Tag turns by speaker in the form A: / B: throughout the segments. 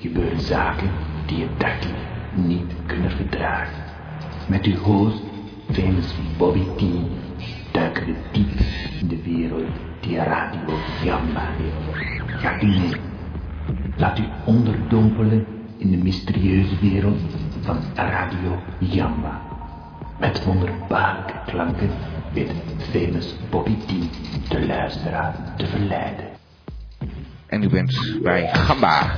A: gebeuren zaken die je dagelijks niet kunnen verdragen. Met uw host, famous Bobby T, duiken we diep in de wereld die Radio Jamba heeft. Gaat u mee. Laat u onderdompelen in de mysterieuze wereld van Radio Jamba. Met wonderbaarlijke klanken weet famous Bobby T de luisteraar te verleiden.
B: En u bent bij Gamba.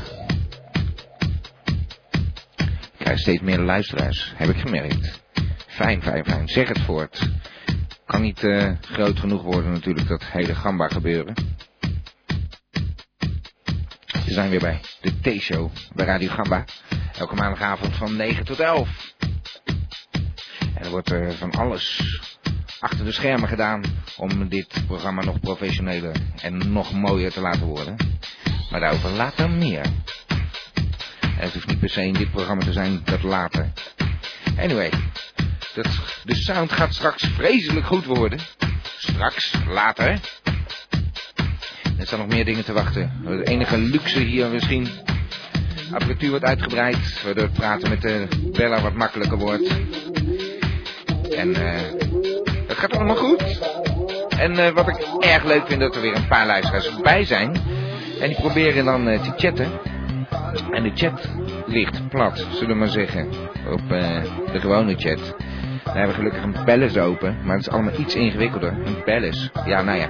B: Ik krijg steeds meer luisteraars, heb ik gemerkt. Fijn, fijn, fijn. Zeg het voort. Kan niet eh, groot genoeg worden natuurlijk, dat hele Gamba gebeuren. We zijn weer bij de T-show bij Radio Gamba. Elke maandagavond van 9 tot 11. En er wordt eh, van alles achter de schermen gedaan om dit programma nog professioneler en nog mooier te laten worden. Maar daarover later meer. En het hoeft niet per se in dit programma te zijn, dat later. Anyway, dat, de sound gaat straks vreselijk goed worden. Straks, later. Er staan nog meer dingen te wachten. Het enige luxe hier misschien. Apparatuur wordt uitgebreid, waardoor het praten met de Bella wat makkelijker wordt. En eh, het gaat allemaal goed. En eh, wat ik erg leuk vind, dat er weer een paar luisteraars bij zijn. En die proberen dan eh, te chatten. En de chat ligt plat, zullen we maar zeggen. Op eh, de gewone chat. We hebben we gelukkig een palace open, maar het is allemaal iets ingewikkelder. Een palace. Ja, nou ja.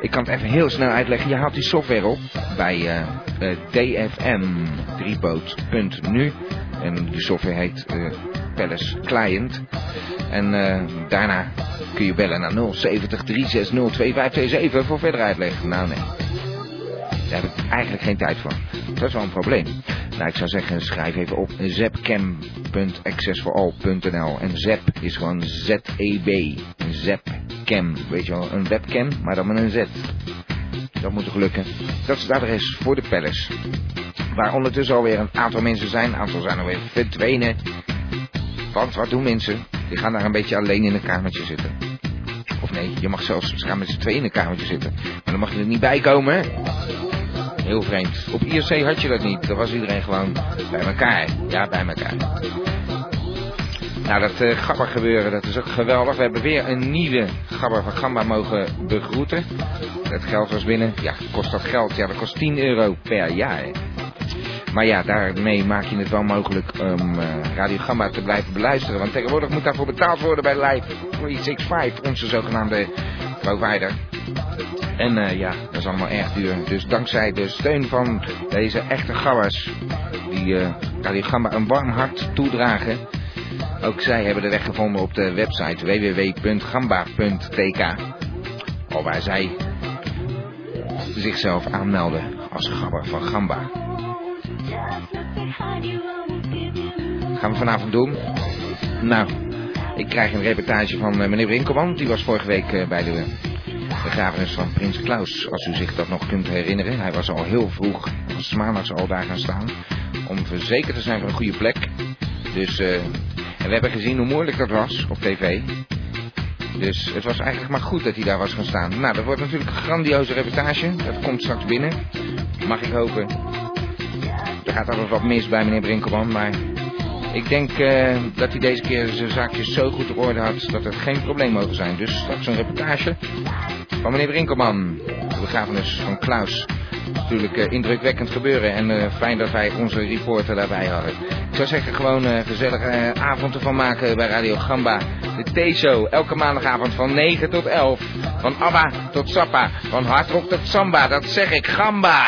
B: Ik kan het even heel snel uitleggen. Je haalt die software op bij eh, eh, dfm3boot.nu. En die software heet eh Palace Client. En eh, daarna kun je bellen naar 070 360 2527 voor verdere uitleg. Nou nee, daar heb ik eigenlijk geen tijd voor. Dat is wel een probleem. Nou, ik zou zeggen, schrijf even op zepcam.accessforall.nl En zep is gewoon Z-E-B. Zepcam. Weet je wel, een webcam, maar dan met een Z. Dat moet toch lukken. Dat is het adres voor de Palace. Waar ondertussen alweer een aantal mensen zijn. Een aantal zijn alweer verdwenen. Want wat doen mensen? Die gaan daar een beetje alleen in een kamertje zitten. Of nee, je mag zelfs, ze gaan met z'n tweeën in een kamertje zitten. Maar dan mag je er niet bij komen, hè? Heel vreemd. Op IRC had je dat niet. Dan was iedereen gewoon bij elkaar. Ja, bij elkaar. Nou, dat eh gabber gebeuren, dat is ook geweldig. We hebben weer een nieuwe gabber van Gamba mogen begroeten. Het geld was binnen. Ja, kost dat geld? Ja, dat kost 10 euro per jaar. Maar ja, daarmee maak je het wel mogelijk om eh, Radio Gamma te blijven beluisteren. Want tegenwoordig moet daarvoor betaald worden bij Live 365, onze zogenaamde provider. En eh, ja, dat is allemaal erg duur. Dus dankzij de steun van deze echte gabbers, die eh, Radio Gamma een warm hart toedragen. Ook zij hebben de weg gevonden op de website www.gamba.tk. Al waar zij zichzelf aanmelden als gabber van Gamba. gaan we vanavond doen? Nou, ik krijg een reportage van eh, meneer Winkelman. Die was vorige week eh, bij de eh, begrafenis van Prins Klaus. Als u zich dat nog kunt herinneren. Hij was al heel vroeg, s maandags al daar gaan staan. Om verzekerd te zijn van een goede plek. Dus, eh, en we hebben gezien hoe moeilijk dat was op tv. Dus het was eigenlijk maar goed dat hij daar was gaan staan. Nou, dat wordt natuurlijk een grandioze reportage. Dat komt straks binnen. Mag ik hopen. Er gaat altijd wat mis bij meneer Brinkelman, maar ik denk eh, dat hij deze keer zijn zaakjes zo goed op orde had dat het geen probleem mogen zijn. Dus straks een reportage van meneer Brinkelman. De begrafenis van Klaus. Natuurlijk eh, indrukwekkend gebeuren en eh, fijn dat wij onze reporter daarbij hadden. Ik zou zeggen gewoon eh, gezellige eh, avond ervan maken bij Radio Gamba. De T-show, elke maandagavond van 9 tot 11. Van ABBA tot Sappa, van hardrock tot samba, dat zeg ik, Gamba!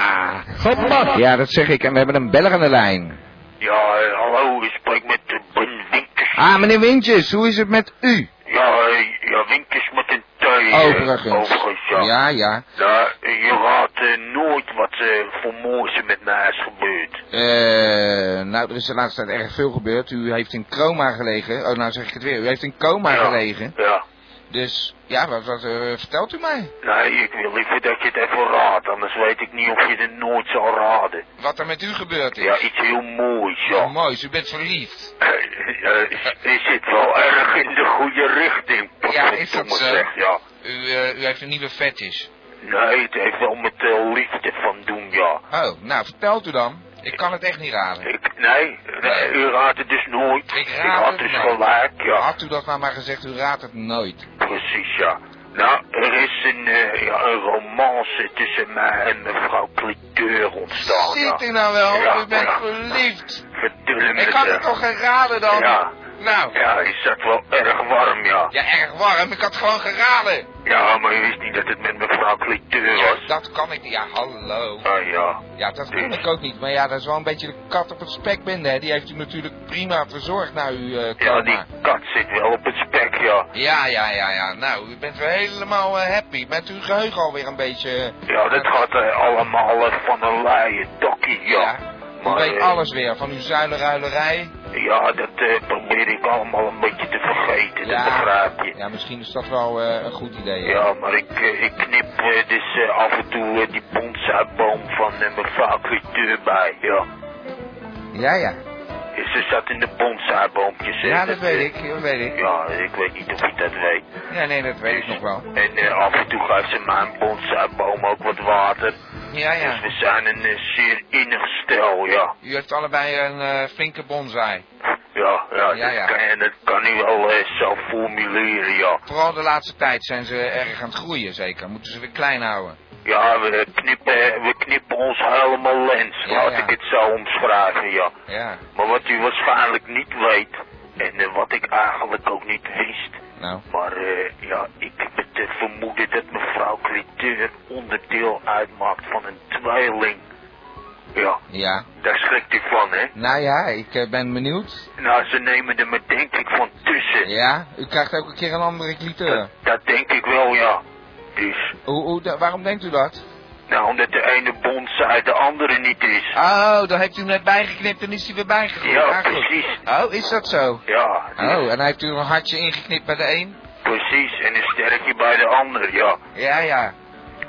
B: Gamba! Ja, dat zeg ik en we hebben een beller aan de lijn.
C: Ja, eh, hallo, ik spreek met eh, Ben Winkers.
B: Ah, meneer Wintjes, hoe is het met u?
C: Ja, eh, ja, Winkers met een tuin. eh,
B: Oh, Overigens.
C: Overigens, ja.
B: Ja, ja.
C: Nou, eh, je raadt eh, nooit wat eh, voor moois er met mij is gebeurd.
B: Eh, nou, er is de laatste tijd erg veel gebeurd. U heeft in coma gelegen. Oh, nou zeg ik het weer. U heeft in coma
C: Ja.
B: gelegen.
C: Ja.
B: Dus, ja, wat, wat eh, vertelt u mij?
C: Nee, ik wil liever dat je het even raadt, anders weet ik niet of je het nooit zou raden.
B: Wat er met u gebeurd is?
C: Ja, iets heel moois,
B: Oh,
C: ja.
B: mooi, u bent verliefd.
C: Eh, eh, Je zit wel erg in de goede richting,
B: Ja, is dat
C: potverdomme
B: zo?
C: zeg, ja.
B: U, eh, u heeft een nieuwe fetish.
C: Nee, het heeft wel met eh, liefde van doen, ja.
B: Oh, nou, vertelt u dan. Ik kan het echt niet raden.
C: Ik, nee, nee, u raadt het dus nooit.
B: Ik raad
C: had
B: het
C: dus
B: nooit.
C: gelijk, ja.
B: Had u dat nou maar gezegd, u raadt het nooit.
C: Precies, ja. Nou, er is een, eh, ja, een romance tussen mij en mevrouw Cliteur ontstaan.
B: Ziet
C: Oh, ja.
B: u nou wel?
C: Ja,
B: u bent
C: ja.
B: verliefd.
C: Verdomme
B: Ik had
C: eh,
B: het toch geraden dan?
C: Ja.
B: Nou,
C: Ja, is dat wel erg warm, ja.
B: ja, erg warm. Ik had gewoon geraden.
C: Ja, maar u wist niet dat het met mevrouw Cliteur
B: Ja,
C: was.
B: dat kan ik niet. Ja, hallo.
C: Ah, ja.
B: Ja, dat kan ik ook niet. Maar ja, dat is wel een beetje de kat op het spekbende. Hè. Die heeft u natuurlijk prima verzorgd na uw eh
C: Ja,
B: coma.
C: die kat zit wel op het spek, ja.
B: Ja, ja, ja, ja. Nou, u bent weer helemaal eh, happy. Met uw geheugen alweer een beetje...
C: Ja, dat gaat eh, allemaal eh, van een leien dokkie, ja.
B: U
C: Maar,
B: weet
C: eh,
B: alles weer van uw zuilenruilerij.
C: Ja, dat eh, probeer ik allemaal een beetje te vergeten,
B: Ja.
C: dat begrijp je.
B: Ja, misschien is dat wel eh, een goed idee. hè.
C: Ja, maar ik, eh, ik knip eh, dus eh, af en toe eh, die bonsaiboom van eh, mevrouw Cliteur bij, ja.
B: ja. Ja,
C: Ze zat in de bonsaiboompjes. hè,
B: ja dat
C: eh,
B: weet ik. Dat weet ik.
C: Ja, ik weet niet of ik dat weet.
B: Ja, nee, dat weet ik nog wel.
C: En eh, af en toe geeft ze mijn bonsaiboom ook wat water.
B: Ah, Ja,
C: Dus
B: ja.
C: we zijn een eh, zeer innig stel, ja.
B: U heeft allebei een eh, flinke bonsai.
C: Ja, ja,
B: Ja, ja.
C: Dat, kan, je- dat kan u wel eh, zo formuleren, ja.
B: Vooral de laatste tijd zijn ze erg aan het groeien, zeker. Moeten ze weer klein houden.
C: Ja, we knippen, we knippen ons helemaal lens,
B: Ja,
C: laat
B: ja.
C: ik het zo omschrijven, ja.
B: Ja,
C: Maar wat u waarschijnlijk niet weet, en eh, wat ik eigenlijk ook niet wist,
B: nou.
C: maar eh, ja, ik heb het eh, vermoeden dat mevrouw Cliteur onderdeel uitmaakt van een tweeling. Ja,
B: Ja.
C: daar schrikt u van, hè?
B: Nou ja, ik eh, ben benieuwd.
C: Nou, ze nemen er me denk ik van tussen.
B: Ja, u krijgt ook een keer een andere kliteur.
C: Dat, dat denk ik wel, ja. Dus,
B: Hoe, hoe, da- waarom denkt u dat?
C: nou, omdat de ene bonsai de andere niet is.
B: Oh, dan heeft u hem net bijgeknipt en is hij weer bijgegroeid.
C: Ja,
B: Ah, goed.
C: precies.
B: Oh, is dat zo?
C: Ja, dus-
B: Oh, en dan heeft u er een hartje ingeknipt bij de een?
C: precies. En een sterkje bij de ander, ja.
B: Ja, ja.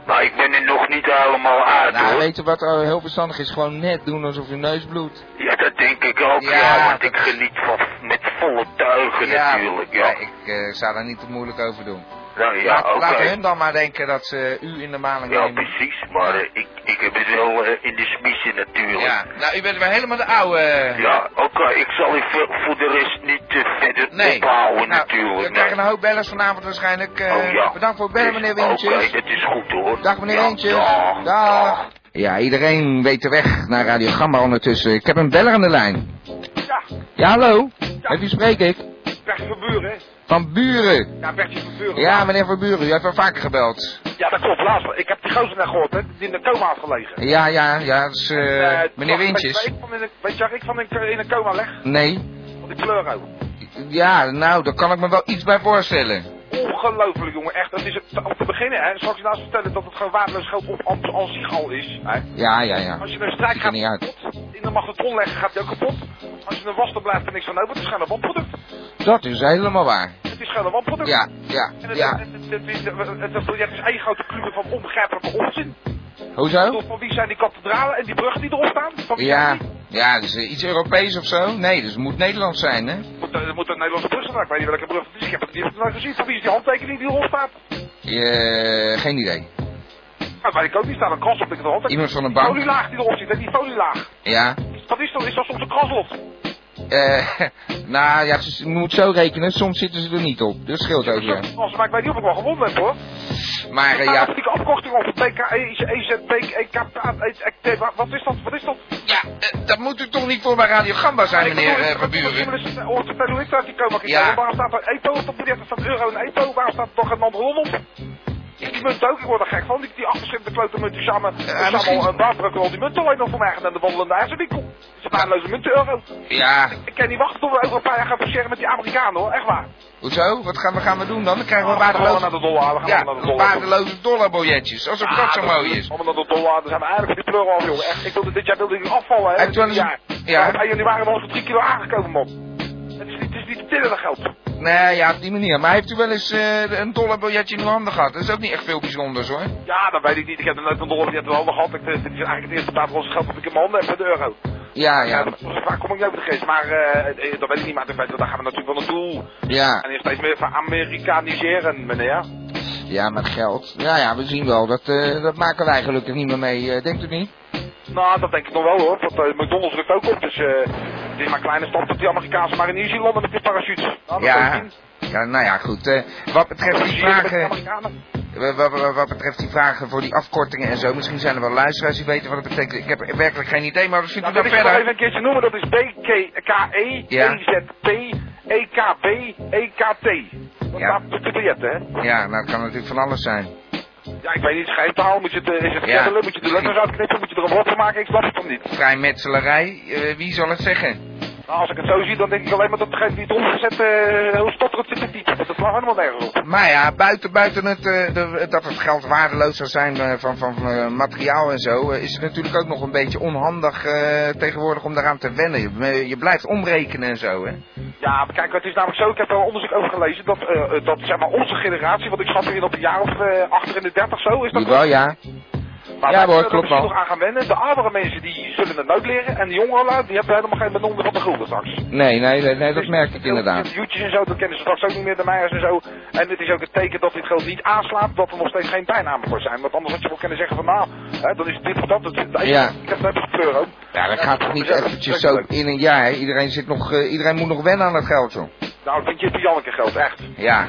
C: Maar ik ben er nog niet helemaal uit,
B: Nou,
C: hoor.
B: weet u wat eh, heel verstandig is? Gewoon net doen alsof uw neus bloedt.
C: Ja, dat denk ik ook,
B: Ja,
C: ja. want
B: dat-
C: ik geniet van met volle tuigen natuurlijk, ja.
B: maar ik eh, zou daar niet te moeilijk over doen.
C: nou ja,
B: laat,
C: oké.
B: laat hun dan maar denken dat ze u in de maling
C: Ja,
B: nemen.
C: precies. Maar eh, ik, ik heb het wel eh, in de smissie natuurlijk.
B: Ja, nou, u bent weer helemaal de oude.
C: Ja, oké, ik zal u voor, voor de rest niet eh, verder
B: Nee.
C: ophouden
B: Nou,
C: natuurlijk.
B: We krijgen
C: nee.
B: een hoop bellers vanavond waarschijnlijk. eh,
C: Oh, ja.
B: Bedankt voor het bellen,
C: Dus,
B: meneer
C: Oké,
B: Wintjes.
C: dat is goed hoor.
B: Dag, meneer
C: Ja,
B: Wintjes.
C: dag,
B: Dag. Ja, iedereen weet de weg naar Radio Gamba ondertussen. Ik heb een beller aan de lijn.
D: Ja,
B: Ja, hallo? Met wie spreek ik?
D: Bertje van Buren.
B: Van Buren.
D: Ja, Bertje van Buren.
B: Ja, meneer Van Buren, u heeft wel vaker gebeld.
D: Ja, dat klopt. Laatst. Ik heb die gozer naar gehoord, hè. Die in de coma had gelegen.
B: Ja, ja, ja, dat is, eh,
D: Eh, het
B: meneer
D: was-
B: Wintjes.
D: Weet je waar ik van in een, weet je waar ik van in, in een coma leg?
B: Nee?
D: Op die pleuro.
B: Ja, nou, daar kan ik me wel iets bij voorstellen.
D: Ongelooflijk, jongen. Echt, dat is het, om te beginnen, hè. Zal ik je nou eens vertellen dat het gewoon waardeloos geld op als als zich al is, hè.
B: Ja, ja, ja.
D: Als je een strijk
B: Ziet er
D: gaat
B: niet uit.
D: kapot, in de magnetron leggen, gaat die ook kapot. Als je een was, dan blijft er niks van over. Het is gewoon een wanproduct.
B: Dat is helemaal waar.
D: Het is gewoon een wanproduct.
B: Ja, ja,
D: En het,
B: ja.
D: het, het, het, is- het- het project is één grote kluwe van onbegrijpelijke onzin. Ik
B: Hoezo?
D: bedoel, Van wie zijn die kathedralen en die bruggen die erop staan? Van wie
B: Ja,
D: zijn die?
B: ja, dus eh, iets Europees of zo? Nee, dus het moet Nederlands zijn, hè?
D: Moet, eh, moet een Nederlandse brug staan, ik weet niet welke brug het is. Ik heb het, die heb ik nooit gezien. Van wie is die handtekening die erop staat?
B: Eh, geen idee.
D: Nou, weet ik ook niet. Staat een kras op, ik heb de handtekening.
B: Iemand van een
D: Die
B: bank?
D: folielaag die erop zit, hè, die folielaag.
B: Ja.
D: Wat is dat? Is dat soms een kraslot?
B: Eh, nou ja, ze- je moet zo rekenen, soms zitten ze er niet op. Dat scheelt ook weer.
D: Als Maar ik weet niet of ik wel gewonnen heb hoor.
B: Maar eh,
D: ja.
B: ja,
D: Die afkorting op BK, EZB, EKP, wat is dat? Wat is dat?
B: ja eh, dat moet u toch niet voor bij Radio Gamba zijn,
D: Ik bedoel,
B: meneer
D: ik
B: eh, Van
D: bedoel, ik
B: Buren?
D: bedoel, ik bedoel, om te vertellen hoe ik uit die coma kan
B: Ja.
D: komen. Waarom staat er ETO op de biljet? Er staat euro en ETO. Waarom staat er toch een andere op? Die munt ook, ik word er gek van. Die, die afgeschrikte klote munt die samen, die
B: Eh, misschien-
D: samen een baardbruk al die munt alleen nog voor mij gedaan. De wandelende ijzerwinkel. Dat is een waardeloze munt, de euro.
B: Ja,
D: Ik kan niet wachten tot we over een paar jaar gaan verseren met die Amerikanen hoor, echt waar.
B: hoezo? Wat gaan we, gaan we doen dan? Dan krijgen we
D: We gaan allemaal naar
B: waardeloze,
D: de dollar, we gaan
B: ja,
D: allemaal naar de dollar. toe.
B: waardeloze dollarbiljetjes, als het dat zo
D: Ah,
B: mooi is.
D: Allemaal naar de dollar, dan zijn we eigenlijk voor die pleuren af, jongen. Echt, ik wilde dit jaar wilde ik nu afvallen, hè.
B: Heb je wel
D: dit
B: eens-
D: jaar.
B: ja.
D: Maar Op 1 januari was ik 3 kilo aangekomen, man. Het is niet, het is niet te tillen, dat geld.
B: Nee, ja, op die manier. Maar heeft u wel eens eh, een dollarbiljetje in uw handen gehad? Dat is ook niet echt veel bijzonders, hoor.
D: Ja, dat weet ik niet. Ik heb er nooit een dollar in de handen gehad. Ik, dit is eigenlijk het eerste buitenlandse geld dat ik in mijn handen heb, de euro.
B: Ja, Ah, ja,
D: dat- Waar kom ik nou met de geest? Maar eh, eh, dat weet ik niet, maar dat weet- daar gaan we natuurlijk wel naartoe.
B: ja.
D: En eerst steeds meer van Amerikaniseren, meneer.
B: Ja, met geld. Ja, ja, we zien wel. Dat, eh, dat maken wij gelukkig niet meer mee, eh, denkt u niet?
D: Nou, dat denk ik nog wel hoor. Want eh, McDonald's rukt ook op. Dus eh, het is maar een kleine stap dat die Amerikaanse mariniers hier landen met die parachutes. Nou, dat kan je
B: Ja,
D: zien.
B: ja, nou ja, goed. eh, wat betreft die
D: Parachuteren met die
B: vragen...
D: Amerikanen.
B: Wat, wat- wat betreft die vragen voor die afkortingen en zo, misschien zijn er wel luisteraars die weten wat het betekent. Ik heb er werkelijk geen idee, maar
D: Nou,
B: we
D: dat
B: zitten dan
D: ik het nog even
B: verder.
D: een keertje noemen. Dat is E BKE,
B: Ja.
D: EZP, EKB, EKT. E Dat
B: Ja.
D: staat op de biljetten, hè?
B: Ja, nou het kan natuurlijk van alles zijn.
D: Ja, ik weet niet, schijntaal, moet je het, eh, is het
B: Ja.
D: kettelen, moet je de letters uitknippen, moet je er een woord van maken, ik snap het toch niet.
B: Vrijmetselarij, eh, wie zal het zeggen?
D: Nou, als ik het zo zie, dan denk ik alleen maar dat degene die het omgezet eh heel stotterend zit te typen. Dat slaat helemaal nergens op.
B: Maar ja, buiten, buiten het eh, de- dat het geld waardeloos zou zijn eh, van, van, eh, materiaal en zo, eh, is het natuurlijk ook nog een beetje onhandig eh, tegenwoordig om daaraan te wennen. Je, je blijft omrekenen en zo, hè?
D: Ja, maar kijk, het is namelijk zo, ik heb er onderzoek over gelezen, dat, eh, eh, dat zeg maar onze generatie, want ik schat erin op een jaar of eh achter in de dertig zo, is dat...
B: Jawel, ja.
D: maar wij
B: ja, hoor,
D: kunnen er
B: klopt
D: misschien
B: wel.
D: nog aan gaan wennen. De oudere mensen, die zullen het nooit leren, en de jongeren, laat, die hebben helemaal geen benonde van de gulden straks.
B: Nee, nee, nee, nee, dat merk ik inderdaad.
D: Interviewtjes en zo, dat kennen ze straks ook niet meer, de Meijers en zo. En het is ook het teken dat dit geld niet aanslaat, dat er nog steeds geen bijnamen voor zijn. Want anders had je wel kunnen zeggen van nou, hè, dan is dit voor dat, dat is het
B: Ja.
D: ik heb net een euro.
B: Ja, dat gaat toch niet eventjes zo in een jaar. hè? Iedereen, zit nog, eh, iedereen moet nog wennen aan het geld, joh.
D: Nou, ik vind je het Janneke geld, echt.
B: Ja.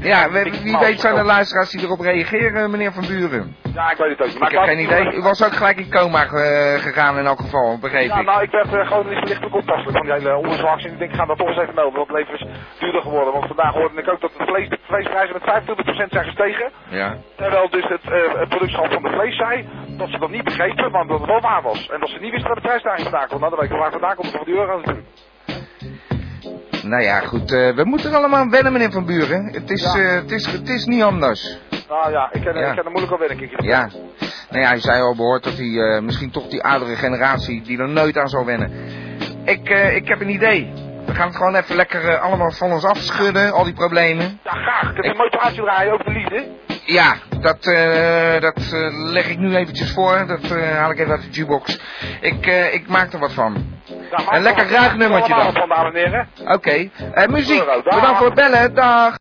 B: Ja, we- wie weet zijn er luisteraars die erop reageren, meneer Van Buren.
D: Ja, ik weet het ook niet.
B: Ik heb
D: laat-
B: geen idee. U was ook gelijk in coma eh, gegaan in elk geval, begreep
D: Ja,
B: ik.
D: nou, ik werd eh, gewoon niet lichtelijk onpasselijk van die hele onderzoeksactie. Ik denk, ik ga dat toch eens even melden, want het leven is duurder geworden. Want vandaag hoorde ik ook dat de vlees, de vleesprijzen met 25% zijn gestegen.
B: Ja.
D: Terwijl dus het, eh het productschap van de vlees zei dat ze dat niet begrepen, maar dat het wel waar was. En dat ze niet wisten waar de prijsstijging vandaan komt. Nou, dan weet ik waar vandaan komt het van die euro natuurlijk.
B: Nou ja, goed. eh, we moeten er allemaal aan wennen, meneer Van Buren. Het is,
D: Ja.
B: eh, het is, het is niet anders.
D: Nou ja, ik ken,
B: Ja.
D: Ik ken er moeilijk al werk. Ik,
B: Ja. Nou ja, u zei al behoort dat hij eh, misschien toch die oudere generatie die er nooit aan zal wennen. Ik, eh, ik heb een idee. We gaan het gewoon even lekker eh, allemaal van ons afschudden, al die problemen.
D: ja, graag. Kun je een motivatie draaien, ook de liefde?
B: Ja, dat, eh, dat eh, leg ik nu eventjes voor. Dat eh, haal ik even uit de jukebox. Ik, eh, ik maak er wat van.
D: Ja, Nou, maar-
B: Een lekker ruig nummertje dan.
D: Allemaal Van, dames en heren.
B: Oké, Eh, muziek.
D: Euro, dag.
B: Bedankt voor het bellen. Dag.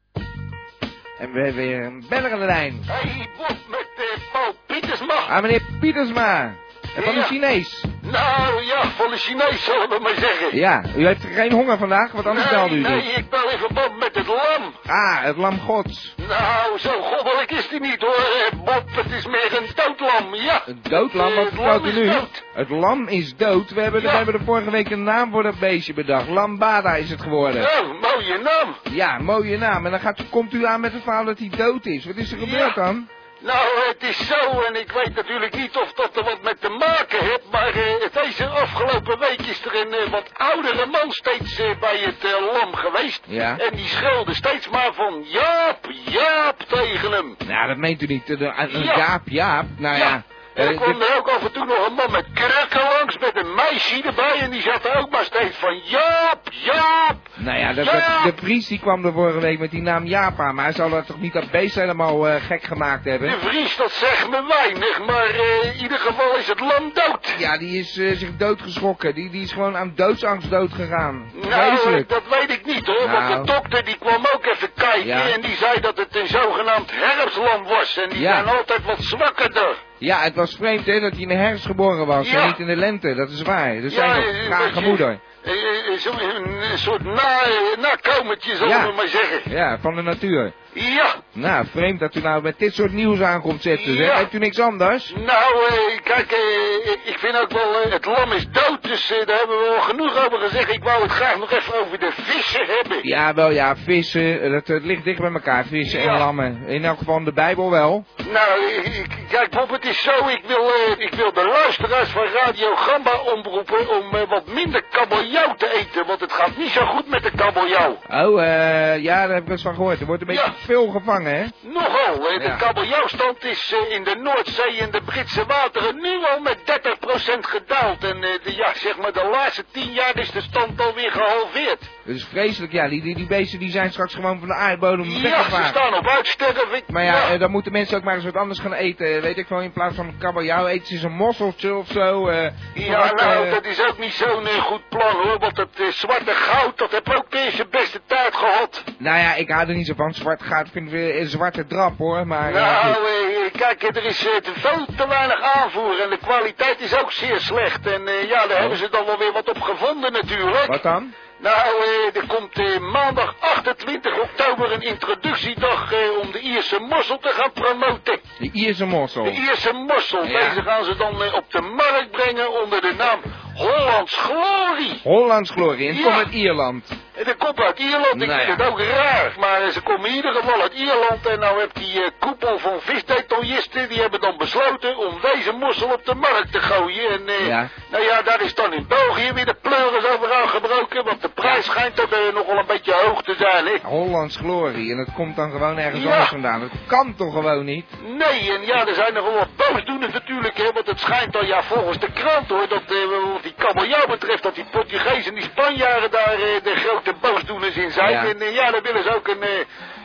B: En we hebben weer een beller aan de lijn.
E: Hey, wat met de Paul Pietersma.
B: Ah, meneer Pietersma. En van de
E: Ja.
B: Chinees.
E: Nou ja, van de Chinees zullen we maar zeggen.
B: Ja, u heeft geen honger vandaag, want anders
E: nee,
B: belde u
E: nee,
B: niet.
E: ik ben in verband met het lam.
B: Ah, het lam gods.
E: Nou, zo goddelijk is die niet hoor, eh, Bob. Het is meer een doodlam, ja. Eh,
B: Een doodlam, wat
E: Het
B: vertelt
E: lam
B: u
E: is
B: nu?
E: dood.
B: Het lam is dood. We hebben,
E: Ja.
B: we hebben er vorige week een naam voor dat beestje bedacht. Lambada is het geworden.
E: Oh, mooie naam.
B: Ja, mooie naam. En dan gaat, komt u aan met het verhaal dat hij dood is. Wat is er gebeurd dan?
E: Nou, het is zo, en ik weet natuurlijk niet of dat er wat met te maken heeft, maar eh, deze afgelopen week is er een eh, wat oudere man steeds eh, bij het eh, lam geweest.
B: Ja.
E: En die schreeuwde steeds maar van Jaap, Jaap tegen hem.
B: Nou, dat meent u niet. Eh, de- eh, eh,
E: Ja.
B: Jaap, Jaap. Nou ja.
E: En
B: eh,
E: er kwam
B: dit-
E: er ook af en toe nog een man met krukken langs met een meisje erbij en die zat er ook maar steeds van Jaap, Jaap.
B: nou ja, de,
E: Jaap.
B: de, de Vries die kwam er vorige week met die naam Jaap aan. Maar hij zou dat toch niet dat beest helemaal eh, gek gemaakt
E: De
B: hebben?
E: Vries, dat zegt me weinig, maar eh, in ieder geval is het lam dood.
B: Ja, die is eh, zich doodgeschrokken. Die, die is gewoon aan doodsangst dood gegaan.
E: Nou, eh,
B: Vreselijk.
E: dat weet ik niet hoor, want de
B: Nou.
E: dokter die kwam ook even kijken
B: Ja.
E: en die zei dat het een zogenaamd herfstlam was. En die
B: Ja.
E: zijn altijd wat zwakkerder.
B: Ja, het was vreemd hè, dat hij in de herfst geboren was
E: Ja.
B: en niet in de lente. Dat is waar. Dat zijn
E: eh,
B: nog
E: eh,
B: vage
E: dat je-
B: moeder.
E: eh, eh, zo- Een een soort na, eh, nakomertje, zullen
B: Ja.
E: we maar zeggen.
B: Ja, van de natuur.
E: Ja,
B: Nou, vreemd dat u nou met dit soort nieuws aankomt zetten. zeg.
E: Ja.
B: Heeft u niks anders?
E: nou, eh, kijk, eh, ik- ik vind ook wel, eh, het lam is dood, dus eh, daar hebben we al genoeg over gezegd. Ik wou het graag nog even over de vissen hebben.
B: Ja, wel ja, vissen, eh, dat, het ligt dicht bij elkaar, vissen en
E: Ja.
B: lammen. In elk geval in de Bijbel wel.
E: Nou, ik- kijk Bob, het is zo, ik wil, eh, ik wil de luisteraars van Radio Gamba omroepen om eh, wat minder kabeljauw te eten, want het gaat niet zo goed met de kabeljauw.
B: Oh, eh, ja, daar heb ik wel eens van gehoord. Er wordt een beetje
E: Ja.
B: veel gevangen, hè?
E: Nogal, eh,
B: Ja.
E: de kabeljauwstand is eh, in de Noordzee en de Britse wateren nu al met 30% gedaald en eh, de, ja, zeg maar, de laatste 10 jaar is de stand alweer gehalveerd.
B: Dat is vreselijk, ja. Die, die, die beesten die zijn straks gewoon van de aardbodem
E: Ja, ze
B: weggevaagd.
E: staan op uitsterven.
B: Maar ja, eh, dan moeten mensen ook maar eens wat anders gaan eten. eh, Weet ik wel, in plaats van kabeljauw eten ze een mosseltje of zo. eh.
E: Ja,
B: Zodat,
E: nou,
B: eh,
E: dat is ook niet zo'n eh, goed plan hoor, want dat eh, zwarte goud, dat heb ook deze beste tijd gehad.
B: Nou ja, ik hou er niet zo van. Zwart gaat vind ik, eh, een zwarte drap hoor, maar... eh,
E: Nou,
B: goed.
E: eh, kijk, er is eh, te veel te weinig aanvoer en de kwaliteit is ook zeer slecht. En eh, ja, daar hebben ze dan wel weer wat op gevonden natuurlijk.
B: Wat dan?
E: Nou, eh, er komt eh, maandag 28 oktober een introductiedag eh, om de Ierse mossel te gaan promoten.
B: De Ierse mossel.
E: De Ierse mossel,
B: Ja.
E: deze gaan ze dan eh, op de markt brengen onder de naam Hollands Glorie.
B: Hollands glorie, en het
E: Ja.
B: komt uit Ierland.
E: Eh, Dat komt uit Ierland, ik
B: Nou
E: vind
B: ja.
E: het ook raar. Maar eh, ze komen in ieder geval uit Ierland. En nou hebt die eh, koepel van visdetailisten... die hebben dan besloten om deze mossel op de markt te gooien. En eh,
B: Ja.
E: nou ja, daar is dan in België weer de pleuris over aangebroken... want de prijs schijnt toch eh, nogal een beetje hoog te zijn, hè?
B: Hollands glorie, en dat komt dan gewoon ergens
E: Ja.
B: anders vandaan. Dat kan toch gewoon niet?
E: Nee, en ja, er zijn nogal wat boosdoeners natuurlijk, hè, want het schijnt dan, ja, volgens de krant hoor, dat eh, wat die kabeljauw betreft, dat die Portugezen en die Spanjaarden daar eh, de grote boosdoeners in zijn.
B: Ja.
E: En eh, ja, dan willen ze ook een, eh,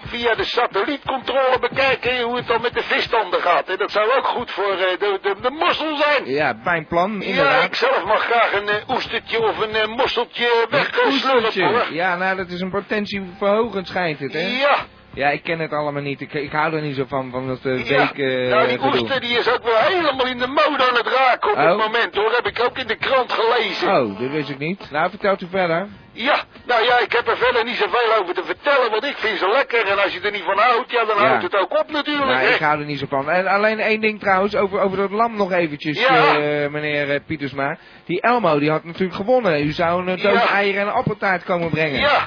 E: via de satellietcontrole bekijken hè, hoe het dan met de visstanden gaat. En dat zou ook goed voor eh, de, de, de mossel zijn.
B: Ja, mijn plan,
E: Ja, ik
B: inderdaad.
E: zelf mag graag een eh, oestertje of een eh, mosseltje wegslurpen
B: Oestertje.
E: hoor.
B: Ja, nou, dat is een potentie verhogend schijnt het, hè?
E: Ja,
B: Ja, ik ken het allemaal niet. Ik, ik hou er niet zo van, van dat eh
E: ja.
B: week... eh,
E: nou, die
B: gedoe.
E: oester die is ook wel helemaal in de mode aan het raken op
B: Oh.
E: het moment hoor. Heb ik ook in de krant gelezen.
B: Oh, dat wist ik niet. Nou, vertelt u verder.
E: Ja, nou ja, ik heb er verder niet zoveel over te vertellen, want ik vind ze lekker. En als je er niet van houdt, ja, dan
B: Ja.
E: houdt het ook op natuurlijk.
B: Nou,
E: hè.
B: ik hou er niet zo van. En alleen één ding trouwens, over, over dat lam nog eventjes,
E: Ja.
B: eh, meneer eh, Pietersma. Die Elmo, die had natuurlijk gewonnen. U zou een eh, doos
E: Ja.
B: eieren en een appeltaart komen brengen.
E: Ja,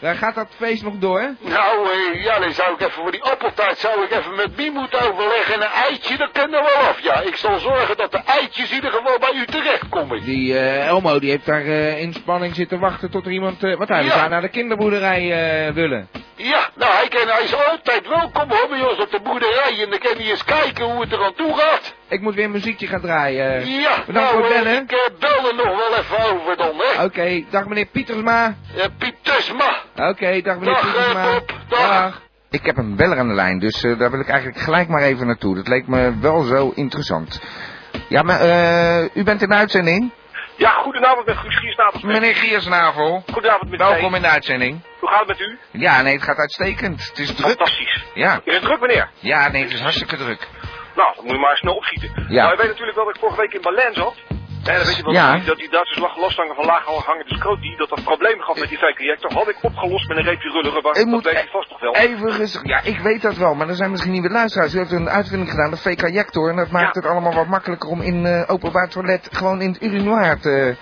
B: Dan gaat dat feest nog door?
E: nou, eh, ja, dan zou ik even voor die appeltaart, zou ik even met Mie moeten overleggen. En een eitje, dat kunnen we wel af, ja. Ik zal zorgen dat de eitjes in ieder geval bij u terechtkomen.
B: Die eh, Elmo, die heeft daar eh, in spanning zitten wachten tot er iemand... eh, wat hij
E: Ja.
B: zou naar de kinderboerderij eh, willen.
E: Ja, nou, hij, kan, hij is altijd welkom hoor bij ons op de boerderij. En dan kan hij eens kijken hoe het er aan toe gaat.
B: Ik moet weer een muziekje gaan draaien.
E: Ja,
B: bedankt voor
E: nou,
B: het
E: eh,
B: bellen.
E: ik eh, bel er nog wel even over dan, hè.
B: Oké, dag meneer Pietersma.
E: Eh, Piet Tusma.
B: Oké, dag meneer
E: Dag, eh,
B: Pietersma.
E: Bob. Dag.
B: Ik heb een beller aan de lijn, dus eh, daar wil ik eigenlijk gelijk maar even naartoe. Dat leek me wel zo interessant. Ja, maar eh, u bent in de uitzending?
D: Ja, goedenavond met Guus Giersnapels.
B: Meneer Giersnavel,
D: Goedenavond met
B: welkom
D: mij.
B: in de uitzending.
D: Hoe gaat het met u?
B: Ja, nee, het gaat uitstekend. Het is druk.
D: Fantastisch.
B: Ja,
D: Is het druk, meneer?
B: ja nee, het is hartstikke druk.
D: Nou, dan moet je maar snel opschieten.
B: Ja.
D: Nou, je weet natuurlijk wel dat ik vorige week in Balen zat. En dan weet je wel
B: Ja.
D: dat die- dat die Duitsers lag lasthangen van laag hangende scroot die dat dat probleem gaf met die fake reactor. Had ik opgelost met een reepje rullerubber.
B: Ik
D: Dat
B: moet
D: weet
B: e-
D: ik vast nog wel.
B: Even rustig. Ja, ik weet dat wel, maar er zijn misschien nieuwe luisteraars. U heeft een uitvinding gedaan, de VK-jector. En dat maakt
D: Ja.
B: het allemaal wat makkelijker om in eh, openbaar toilet gewoon in het urinoir te...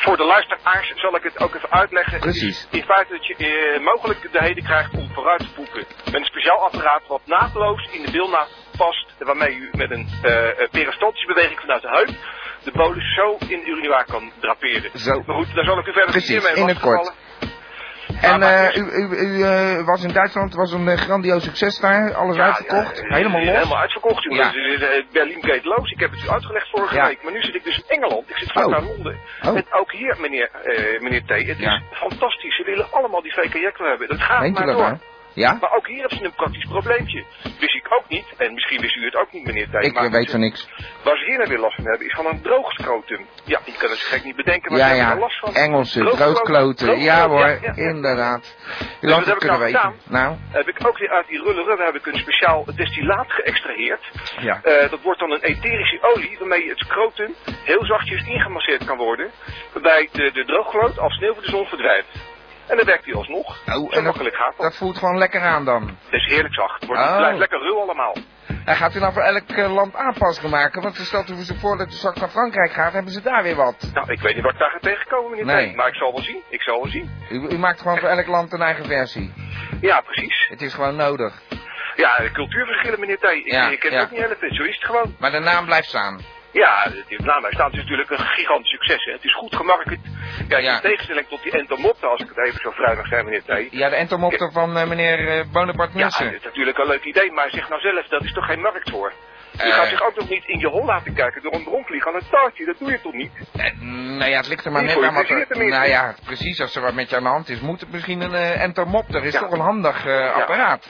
D: Voor de luisteraars zal ik het ook even uitleggen.
B: Precies.
D: In feite dat je eh, mogelijkheden krijgt om vooruit te boeken. Met een speciaal apparaat wat naadloos in de bilnaad past. en Waarmee u met een eh, eh, peristaltische beweging vanuit de heup de bolus zo in de urinoir kan draperen.
B: Zo.
D: Maar goed, daar zal ik u verder
B: Precies,
D: niet meer mee
B: in het kort.
D: lastigvallen. Ja,
B: En
D: maar
B: eh,
D: dus-
B: u, u, u eh, was in Duitsland, was een eh, grandioos succes daar, alles
D: Ja,
B: uitverkocht.
D: ja, Eh, Helemaal uitverkocht.
B: Ja.
D: Ja. eh, Berlin Gate loos. Ik heb het u uitgelegd vorige
B: Ja.
D: week. Maar nu zit ik dus in Engeland. Ik zit vlak
B: Oh.
D: naar Londen.
B: Oh.
D: En ook hier, meneer, eh, meneer T. Het
B: Ja.
D: is fantastisch. Ze willen allemaal die VK-jekkel hebben. Dat gaat
B: Meent u
D: maar
B: dat nou?
D: door.
B: maar? Ja?
D: Maar ook hier hebben ze een praktisch probleempje. Wist ik ook niet. En misschien wist u het ook niet, meneer T.
B: Ik
D: maar
B: eh, weet van niks.
D: Waar ze hier nou weer last van hebben, is van een droog scrotum. Ja, je kan het zo gek niet bedenken, maar
B: Ja,
D: ze hebben
B: ja.
D: er last van.
B: Engelse,
D: Droogkloten.
B: droogkloten. Ja
D: Droogkloten,
B: hoor,
D: ja, ja, ja.
B: inderdaad. U
D: Dus
B: had
D: wat
B: het
D: heb ik
B: kunnen
D: nou
B: weten.
D: gedaan?
B: Nou,
D: heb ik ook weer uit die rulle rubber heb ik een speciaal destillaat geëxtraheerd.
B: Ja.
D: Eh, dat wordt dan een etherische olie waarmee het scrotum heel zachtjes ingemasseerd kan worden. Waarbij de, de drooggloot als sneeuw voor de zon verdwijnt. En dan werkt hij alsnog.
B: oh,
D: Zo
B: en dat,
D: makkelijk gaat dat.
B: dat voelt gewoon lekker aan dan.
D: Het is heerlijk zacht. Het Wordt,
B: Oh.
D: Het blijft lekker ruw allemaal.
B: En gaat u nou voor elk eh, land aanpassingen maken? Want stelt u zich voor dat u straks naar Frankrijk gaat, hebben ze daar weer wat.
D: Nou, ik weet niet wat ik daar ga tegenkomen, meneer
B: Nee.
D: Tijn, Maar ik zal wel zien. Ik zal wel zien.
B: U, u maakt gewoon voor elk land een eigen versie.
D: Ja, precies.
B: Het is gewoon nodig.
D: Ja, de cultuurverschillen, meneer T. Ik,
B: Ja,
D: ik kan
B: ja.
D: het ook niet helpen. Zo is het gewoon.
B: Maar de naam blijft staan.
D: Ja, die naam staat is natuurlijk een gigantisch succes. Hè. Het is goed gemarket. Kijk,
B: Ja.
D: in tegenstelling tot die Entomopta, als ik het even zo vrij mag zijn, meneer T.
B: Ja, de entomopter van eh, meneer eh Bonaparte
D: Ja,
B: Nussen.
D: dat is natuurlijk een leuk idee, maar zeg nou zelf, dat is toch geen markt voor? Je
B: Eh.
D: gaat zich ook nog niet in je hol laten kijken door een bronkvlieg aan een taartje, dat doe je toch niet?
B: Eh, nou ja, het ligt er maar
D: Niet
B: net
D: voor
B: aan
D: je
B: wat er...
D: plezier tenminste.
B: Nou ja, precies, als er wat met je aan de hand is, moet het misschien een eh entomopter. is
D: Ja.
B: toch een handig eh,
D: Ja.
B: apparaat.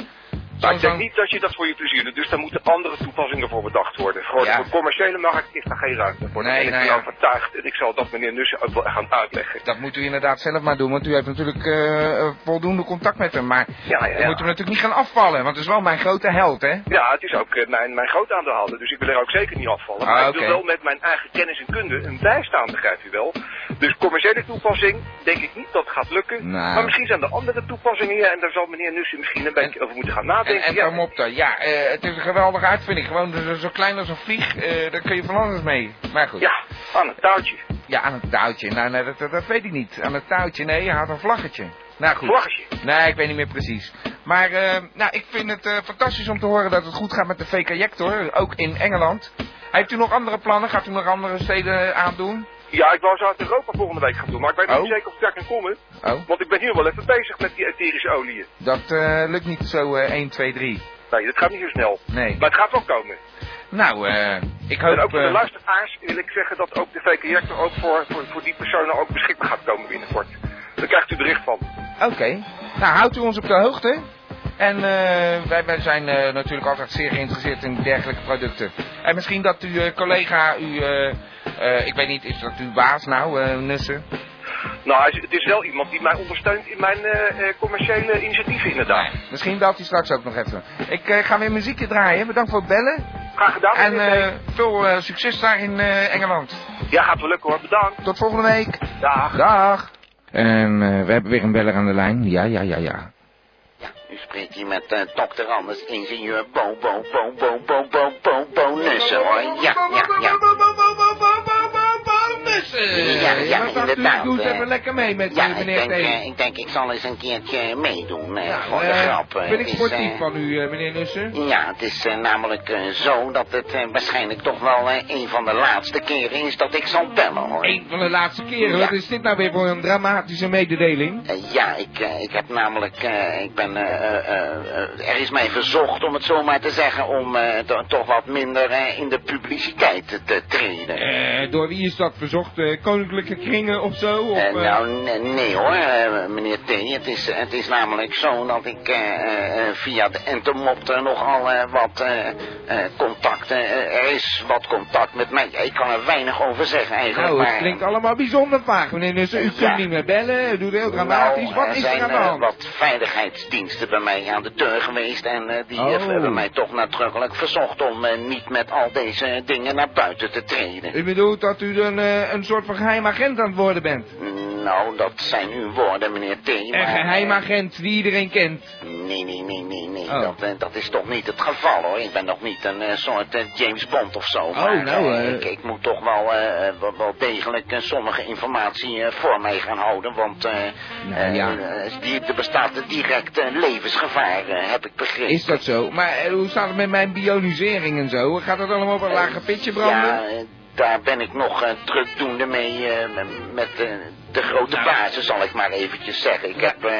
F: Maar ik denk
B: Samsung.
F: niet dat je dat voor je plezier doet, dus daar moeten andere toepassingen voor bedacht worden. Voor
B: Ja.
F: voor de commerciële markt is daar geen ruimte voor.
B: Nee,
F: en ik
B: nou
F: ben
B: ja.
F: overtuigd en ik zal dat meneer Nussen ook wel gaan uitleggen.
B: Dat moet u inderdaad zelf maar doen, want u heeft natuurlijk eh, eh, voldoende contact met hem. Maar
F: Ja, ja,
B: u moet hem natuurlijk niet gaan afvallen, want het is wel mijn grote held, hè?
F: Ja, het is ook eh, mijn, mijn groot aan de handen, dus ik wil er ook zeker niet afvallen.
B: Ah,
F: maar ik wil
B: oké.
F: wel met mijn eigen kennis en kunde een bijstaan, begrijpt u wel. Dus commerciële toepassing, denk ik niet dat gaat lukken.
B: Nou.
F: Maar misschien zijn er andere toepassingen, ja, en daar zal meneer Nussen misschien een beetje over moeten gaan
B: En,
F: nadenken.
B: en
F: ja.
B: kom op dan. Ja, eh, het is een geweldige uitvinding. Gewoon dus, eh, zo, zo klein als een vlieg, eh, daar kun je van alles mee. Maar goed.
F: ja, aan het touwtje.
B: Ja, aan het touwtje. Nou, nee, dat, dat, dat weet ik niet. Aan het touwtje, nee, hij had een vlaggetje. Nou goed.
F: Vlaggetje.
B: Nee, ik weet niet meer precies. Maar eh, nou, ik vind het eh, fantastisch om te horen dat het goed gaat met de V-kajector, ook in Engeland. Heeft u nog andere plannen? Gaat u nog andere steden eh, aandoen?
F: Ja, ik wou Zuid-Europa volgende week gaan doen, maar ik weet nog
B: Oh.
F: niet zeker of ik daar kan komen.
B: Oh,
F: Want ik ben hier wel even bezig met die etherische oliën.
B: dat eh, lukt niet zo eh 1, 2, 3.
F: Nee, dat gaat niet zo snel.
B: Nee.
F: Maar het gaat wel komen.
B: Nou, eh, ik
F: En ook
B: hoop...
F: voor de
B: eh,
F: luisteraars wil ik zeggen dat ook de VK er ook voor, voor, voor die personen ook beschikbaar gaat komen binnenkort. Daar krijgt u bericht van.
B: Oké. Nou, houdt u ons op de hoogte. En eh, wij, wij zijn eh, natuurlijk altijd zeer geïnteresseerd in dergelijke producten. En misschien dat uw eh, collega, uw, eh, eh, ik weet niet, is dat uw baas nou, eh, Nussen?
F: Nou, hij is- het is wel iemand die mij ondersteunt in mijn eh, eh, commerciële initiatieven inderdaad.
B: Misschien belt hij straks ook nog even. Ik eh, ga weer muziekje draaien. Bedankt voor het bellen.
F: Graag gedaan.
B: En
F: meneer
B: eh, veel eh, succes daar in eh, Engeland.
F: Deen. Ja, gaat wel lukken hoor. Bedankt.
B: Tot volgende week.
F: Dag.
B: Dag. En eh, we hebben weer een beller aan de lijn. Ja, ja, ja, ja.
G: U spreekt hier met eh dokter Anders, ingenieur Bo, Bo, Bo, Bo, Bo, Bo, Bo, Bo, Nussen, hoor. Ja, ja, ja. Ja, ja,
B: Wat dacht u?
G: inderdaad,
B: Doe het
G: eh.
B: even lekker mee met eh,
G: Ja, ik
B: meneer
G: denk,
B: T.
G: eh, ik denk, ik zal eens een keertje meedoen eh,
B: Ja,
G: voor de
B: eh,
G: grap. eh.
B: Ben ik
G: Het is,
B: sportief
G: eh,
B: van u, eh, meneer Nussen?
G: Ja, het is eh, namelijk eh, zo dat het eh, waarschijnlijk toch wel eh, een van de laatste keren is dat ik zal bellen, hoor.
B: Eén van de laatste keren.
G: Ja.
B: Wat is dit nou weer voor een dramatische mededeling?
G: Eh, ja, ik, eh, ik heb namelijk, eh, ik ben, eh, eh, eh, eh, er is mij verzocht om het zo maar te zeggen, om eh, to- toch wat minder eh, in de publiciteit te, te treden.
B: Eh, door wie is dat verzocht? Eh, koninklijke kringen of zo? Of,
G: Eh,
B: eh,
G: nou, nee, nee hoor, eh, meneer T. Het is, het is namelijk zo dat ik eh, eh, eh, via de Entomop eh, nogal eh, wat eh, eh, contact... eh, eh, er is wat contact met mij. Ik kan er weinig over zeggen eigenlijk,
B: nou,
G: maar...
B: het klinkt allemaal bijzonder vaag, meneer Nussen. U kunt
G: Ja.
B: niet meer bellen, u doet heel dramatisch.
G: Nou,
B: Wat
G: er
B: is
G: zijn
B: er aan de
G: eh,
B: hand?
G: wat veiligheidsdiensten bij mij aan de deur geweest en eh, die eh,
B: Oh.
G: hebben mij toch nadrukkelijk verzocht om eh, niet met al deze dingen naar buiten te treden.
B: U bedoelt dat u een, eh, een soort van geheim agent aan het worden bent?
G: Nou, dat zijn uw woorden, meneer T.
B: Een
G: maar, eh,
B: geheim agent die iedereen kent.
G: Nee, nee, nee, nee, nee.
B: Oh.
G: Dat, eh, dat is toch niet het geval hoor. Ik ben nog niet een eh, soort eh, James Bond of zo. maar,
B: nou,
G: eh,
B: eh.
G: ik, ik moet toch wel, eh, eh, wel, wel degelijk eh, sommige informatie eh, voor mij gaan houden. Want eh,
B: Nou,
G: eh,
B: ja.
G: eh, die, er bestaat een direct eh, levensgevaar, eh, heb ik begrepen.
B: Is dat zo? Maar eh, hoe staat het met mijn bionisering en zo? Gaat dat allemaal op een lage pitje branden?
G: Eh, Ja, eh, daar ben ik nog eh, drukdoende mee eh, m- met eh, de grote
B: Nou.
G: bazen, zal ik maar eventjes zeggen. Ik heb, eh,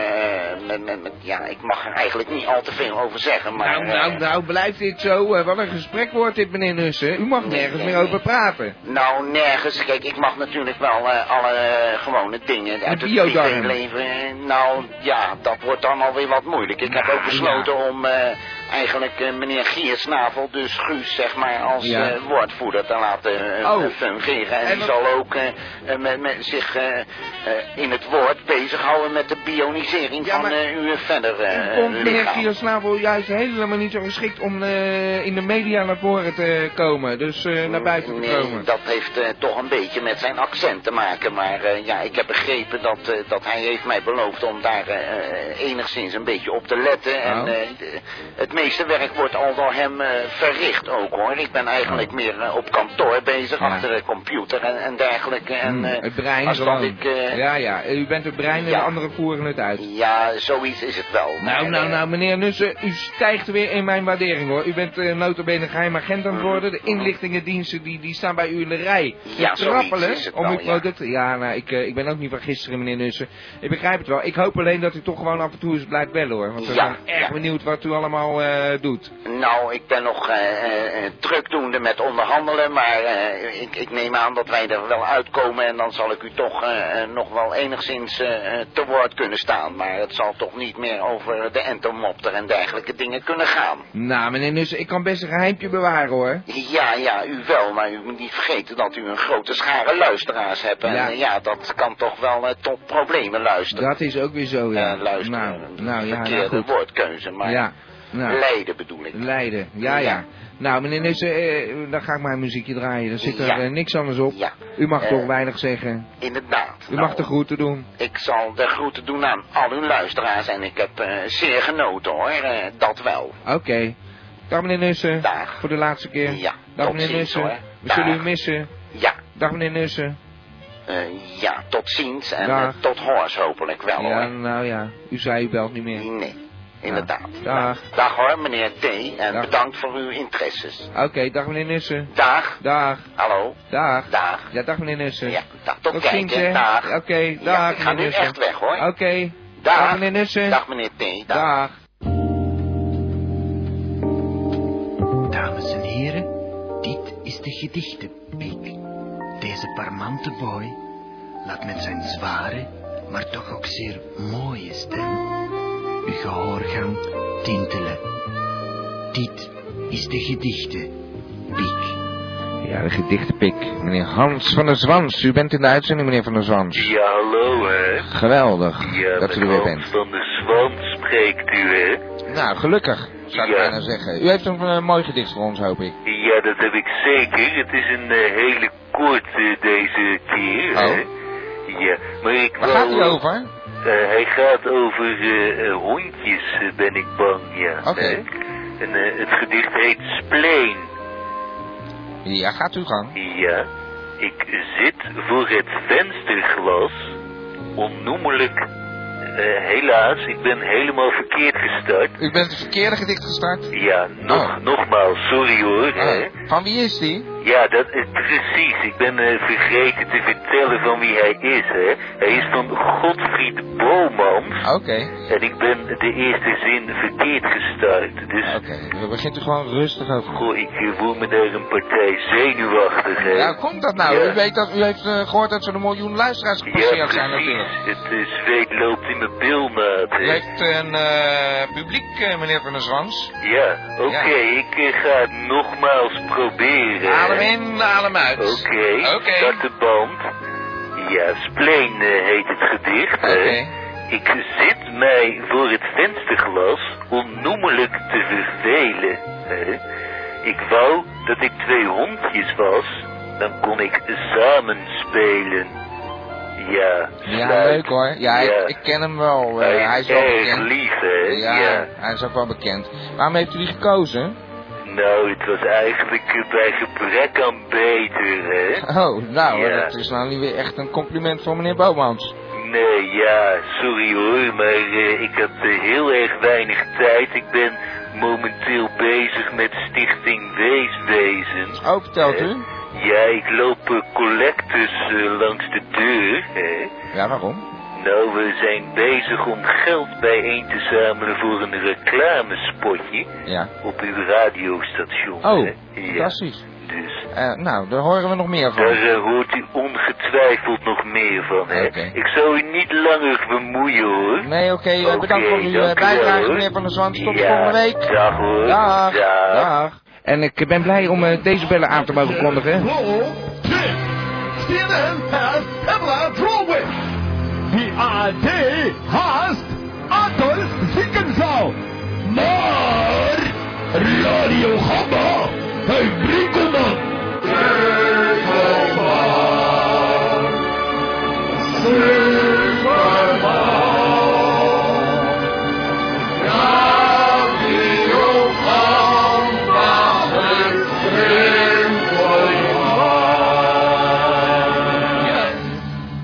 G: met, met, met- ja, ik mag er eigenlijk niet al te veel over zeggen, maar...
B: Nou, nou,
G: eh,
B: nou, blijft dit zo? Eh, wat een gesprek wordt dit, meneer Nussen. U mag
G: Nee,
B: nergens
G: nee,
B: meer
G: nee.
B: over praten.
G: Nou, nergens. Kijk, ik mag natuurlijk wel eh, alle eh, gewone dingen uit het
B: biodarm.
G: privéleven. eh, Nou, ja, dat wordt dan alweer wat moeilijk. Ik heb
B: Nou,
G: ook besloten om eh, eigenlijk eh, meneer Giersnavel, dus Guus, zeg maar, als
B: Ja.
G: eh, woordvoerder te laten eh,
B: Oh.
G: fungeren. En,
B: En
G: die
B: dat-
G: zal ook eh, eh, met, met zich eh, eh, in het woord bezighouden met de bionisering
B: Ja,
G: van
B: maar-
G: eh, uw verder eh,
B: Vond meneer
G: lichaam.
B: Giersnavel juist helemaal niet zo geschikt om eh, in de media naar voren te komen? Dus eh, naar buiten te
G: Nee,
B: komen?
G: dat heeft eh, toch een beetje met zijn accent te maken. Maar eh, ja, ik heb begrepen dat, eh, dat hij heeft mij beloofd om daar eh, enigszins een beetje op te letten. En
B: Oh.
G: eh, de- het meeste werk wordt al door hem eh, verricht ook hoor. Ik ben eigenlijk meer eh, op kantoor bezig,
B: Nou. Ja.
G: achter de computer en, en dergelijke. En,
B: Hmm,
G: eh,
B: het brein
G: als dat
B: gewoon.
G: ik, eh,
B: Ja,
G: ja.
B: ja. U bent het brein en
G: ja.
B: de anderen voeren het uit.
G: zoiets is het wel.
B: Nou,
G: Maar,
B: nou,
G: eh,
B: nou, meneer Nussen, u stijgt weer in mijn waardering hoor. U bent eh notabene geheim agent
G: Mhm.
B: aan het worden. De inlichtingendiensten die, die staan bij u in de rij. Te
G: Ja, zoiets
B: trappelen
G: is het
B: om
G: wel,
B: uw
G: ja.
B: producten. Ja, nou, ik, eh, ik ben ook niet van gisteren, meneer Nussen. Ik begrijp het wel. Ik hoop alleen dat u toch gewoon af en toe eens blijft bellen hoor. Want we
G: Ja,
B: zijn erg
G: ja.
B: benieuwd wat u allemaal eh, eh, doet?
G: Nou, ik ben nog eh, eh, drukdoende met onderhandelen, maar eh, ik, ik neem aan dat wij er wel uitkomen en dan zal ik u toch eh, eh, nog wel enigszins eh, eh, te woord kunnen staan. Maar het zal toch niet meer over de entomopter en dergelijke dingen kunnen gaan.
B: Nou, meneer Nussen, ik kan best een geheimpje bewaren hoor.
G: Ja, ja, u wel, maar u moet niet vergeten dat u een grote schare luisteraars hebt. En
B: Ja.
G: ja, ja dat kan toch wel eh, tot problemen luisteren.
B: Dat is ook weer zo, ja.
G: Eh, luisteren,
B: Nou, nou ja, nou,
G: verkeerde
B: goed.
G: woordkeuze, maar
B: Ja, nou,
G: Leiden bedoel ik.
B: Leiden. Ja, ja.
G: Ja.
B: Nou, meneer Nussen, eh, dan ga ik mijn muziekje draaien. Dan zit er
G: Ja.
B: eh, niks anders op.
G: Ja,
B: U mag
G: Eh,
B: toch weinig zeggen.
G: inderdaad.
B: U
G: Nou,
B: mag de groeten doen.
G: Ik zal de groeten doen aan al uw luisteraars en ik heb eh, zeer genoten hoor, eh, dat wel.
B: Oké. Dag meneer Nussen.
G: Dag.
B: Voor de laatste keer.
G: Ja,
B: Dag
G: tot
B: meneer
G: ziens,
B: Nussen.
G: hoor.
B: We zullen u
G: Dag.
B: missen.
G: Ja,
B: Dag meneer Nussen.
G: eh, ja, tot ziens en
B: Dag.
G: eh, tot hoors hopelijk wel
B: Ja,
G: hoor.
B: nou ja. U zei u belt niet meer.
G: Nee, inderdaad.
B: Dag.
G: Dag hoor, meneer T. En
B: Dag.
G: bedankt voor uw interesses.
B: Oké, dag meneer Nussen.
G: Dag,
B: Dag.
G: hallo,
B: Dag.
G: dag.
B: Ja, dag meneer Nussen.
G: Ja, dag, tot
B: Tot ziens, hè.
G: kijken, dag.
B: Oké, dag
G: Ja, ik ga
B: meneer
G: nu
B: Nussen.
G: echt weg hoor.
B: Oké.
G: Dag.
B: Dag meneer Nussen.
G: Dag meneer T. Dag.
B: Dag.
A: Dames en heren, dit is de gedichtenpiek. Deze parmante boy laat met zijn zware, maar toch ook zeer mooie stem uw gehoor gaan tintelen. Dit is de gedichtenpiek.
B: Ja, de gedichtenpik. Meneer Hans van der Zwans. U bent in de uitzending, meneer van der Zwans.
H: Ja, hallo hè.
B: Geweldig
H: Ja,
B: dat u
H: met
B: er weer
H: Hans
B: bent.
H: van de Zwans spreekt u hè.
B: Nou, gelukkig, zou ik
H: Ja.
B: bijna zeggen. U heeft een eh, mooi gedicht voor ons, hoop ik.
H: Ja, dat heb ik zeker. Het is een eh, hele korte eh, deze keer.
B: Oh.
H: Hè? Ja, maar ik
B: Waar
H: wou,
B: gaat u
H: eh,
B: over?
H: eh, hij gaat over eh, eh, hondjes, eh, ben ik bang, ja.
B: Oké.
H: hè. En eh, het gedicht heet Spleen.
B: Ja, gaat u gang.
H: Ja, eh, ik zit voor het vensterglas. Onnoemelijk. eh, helaas, ik ben helemaal verkeerd gestart.
B: U bent het verkeerde gedicht gestart.
H: Ja, nog,
B: Oh.
H: nogmaals, sorry hoor. hè.
B: Eh, van wie is die?
H: Ja, dat is precies. Ik ben eh, vergeten te vertellen van wie hij is, hè. Hij is van Godfried Bomans.
B: Ah, Oké,
H: En ik ben de eerste zin verkeerd gestart. Dus,
B: Ah, oké. We begint u gewoon rustig over.
H: goh, ik eh, voel me daar een partij zenuwachtig, hè.
B: Ja, hoe komt dat nou?
H: Ja.
B: U, weet dat, u heeft eh, gehoord dat er een miljoen luisteraars
H: Ja,
B: gepasseerd zijn
H: precies.
B: natuurlijk.
H: Het eh, zweet loopt in mijn eh, bilnaad,
B: U
H: hè.
B: heeft een eh, publiek, eh, meneer Van der Zwans.
H: Ja, oké,
B: Ja.
H: ik eh, ga het nogmaals proberen. hè.
B: Adem in, adem uit.
H: Oké,
B: Oké.
H: start de band. Ja, Spleen eh, heet het gedicht, hè.
B: Oké.
H: Ik zit mij voor het vensterglas onnoemelijk te vervelen. Hè? Ik wou dat ik twee hondjes was, dan kon ik samen spelen. Ja, nou,
B: Ja,
H: sluit.
B: leuk hoor. Ja,
H: Ja.
B: ik, ik ken hem wel. eh,
H: Hij is,
B: hij is wel
H: erg
B: bekend.
H: lief, hè?
B: Ja, hij is ook wel bekend. Waarom heeft u die gekozen?
H: Nou, het was eigenlijk eh, bij gebrek aan beter, hè?
B: Oh, nou,
H: Ja.
B: dat is nou niet weer echt een compliment voor meneer Boumans.
H: Nee, ja, sorry hoor, maar eh, ik had eh, heel erg weinig tijd. Ik ben momenteel bezig met Stichting Weeswezen.
B: Oh, vertelt u?
H: Ja, ik loop eh, collectors eh, langs de deur. Hè.
B: Ja, waarom?
H: Nou, we zijn bezig om geld bijeen te zamelen voor een reclamespotje
B: Ja.
H: op uw radiostation.
B: Oh,
H: hè. Ja,
B: fantastisch.
H: dus
B: Eh, nou, daar horen we nog meer
H: daar
B: van.
H: eh, hoort u ongetwijfeld nog meer van, hè.
B: Oké.
H: Ik zou u niet langer bemoeien, hoor.
B: Nee, oké, eh,
H: Oké,
B: bedankt voor uw eh,
H: dank u wel,
B: bijdrage,
H: hoor.
B: meneer Van der Zwans. Tot
H: Ja,
B: volgende week.
H: Dag hoor.
B: Dag. Dag. En ik ben blij om eh, deze bellen aan te mogen kondigen.
I: Roll Dick. CNN has Pamela Drolwich. The AD has Adolf Ziekenzaal. Maar Radio Gamma, hey Brikkelman. Brikkelman. Superman. Radio Gamma, hey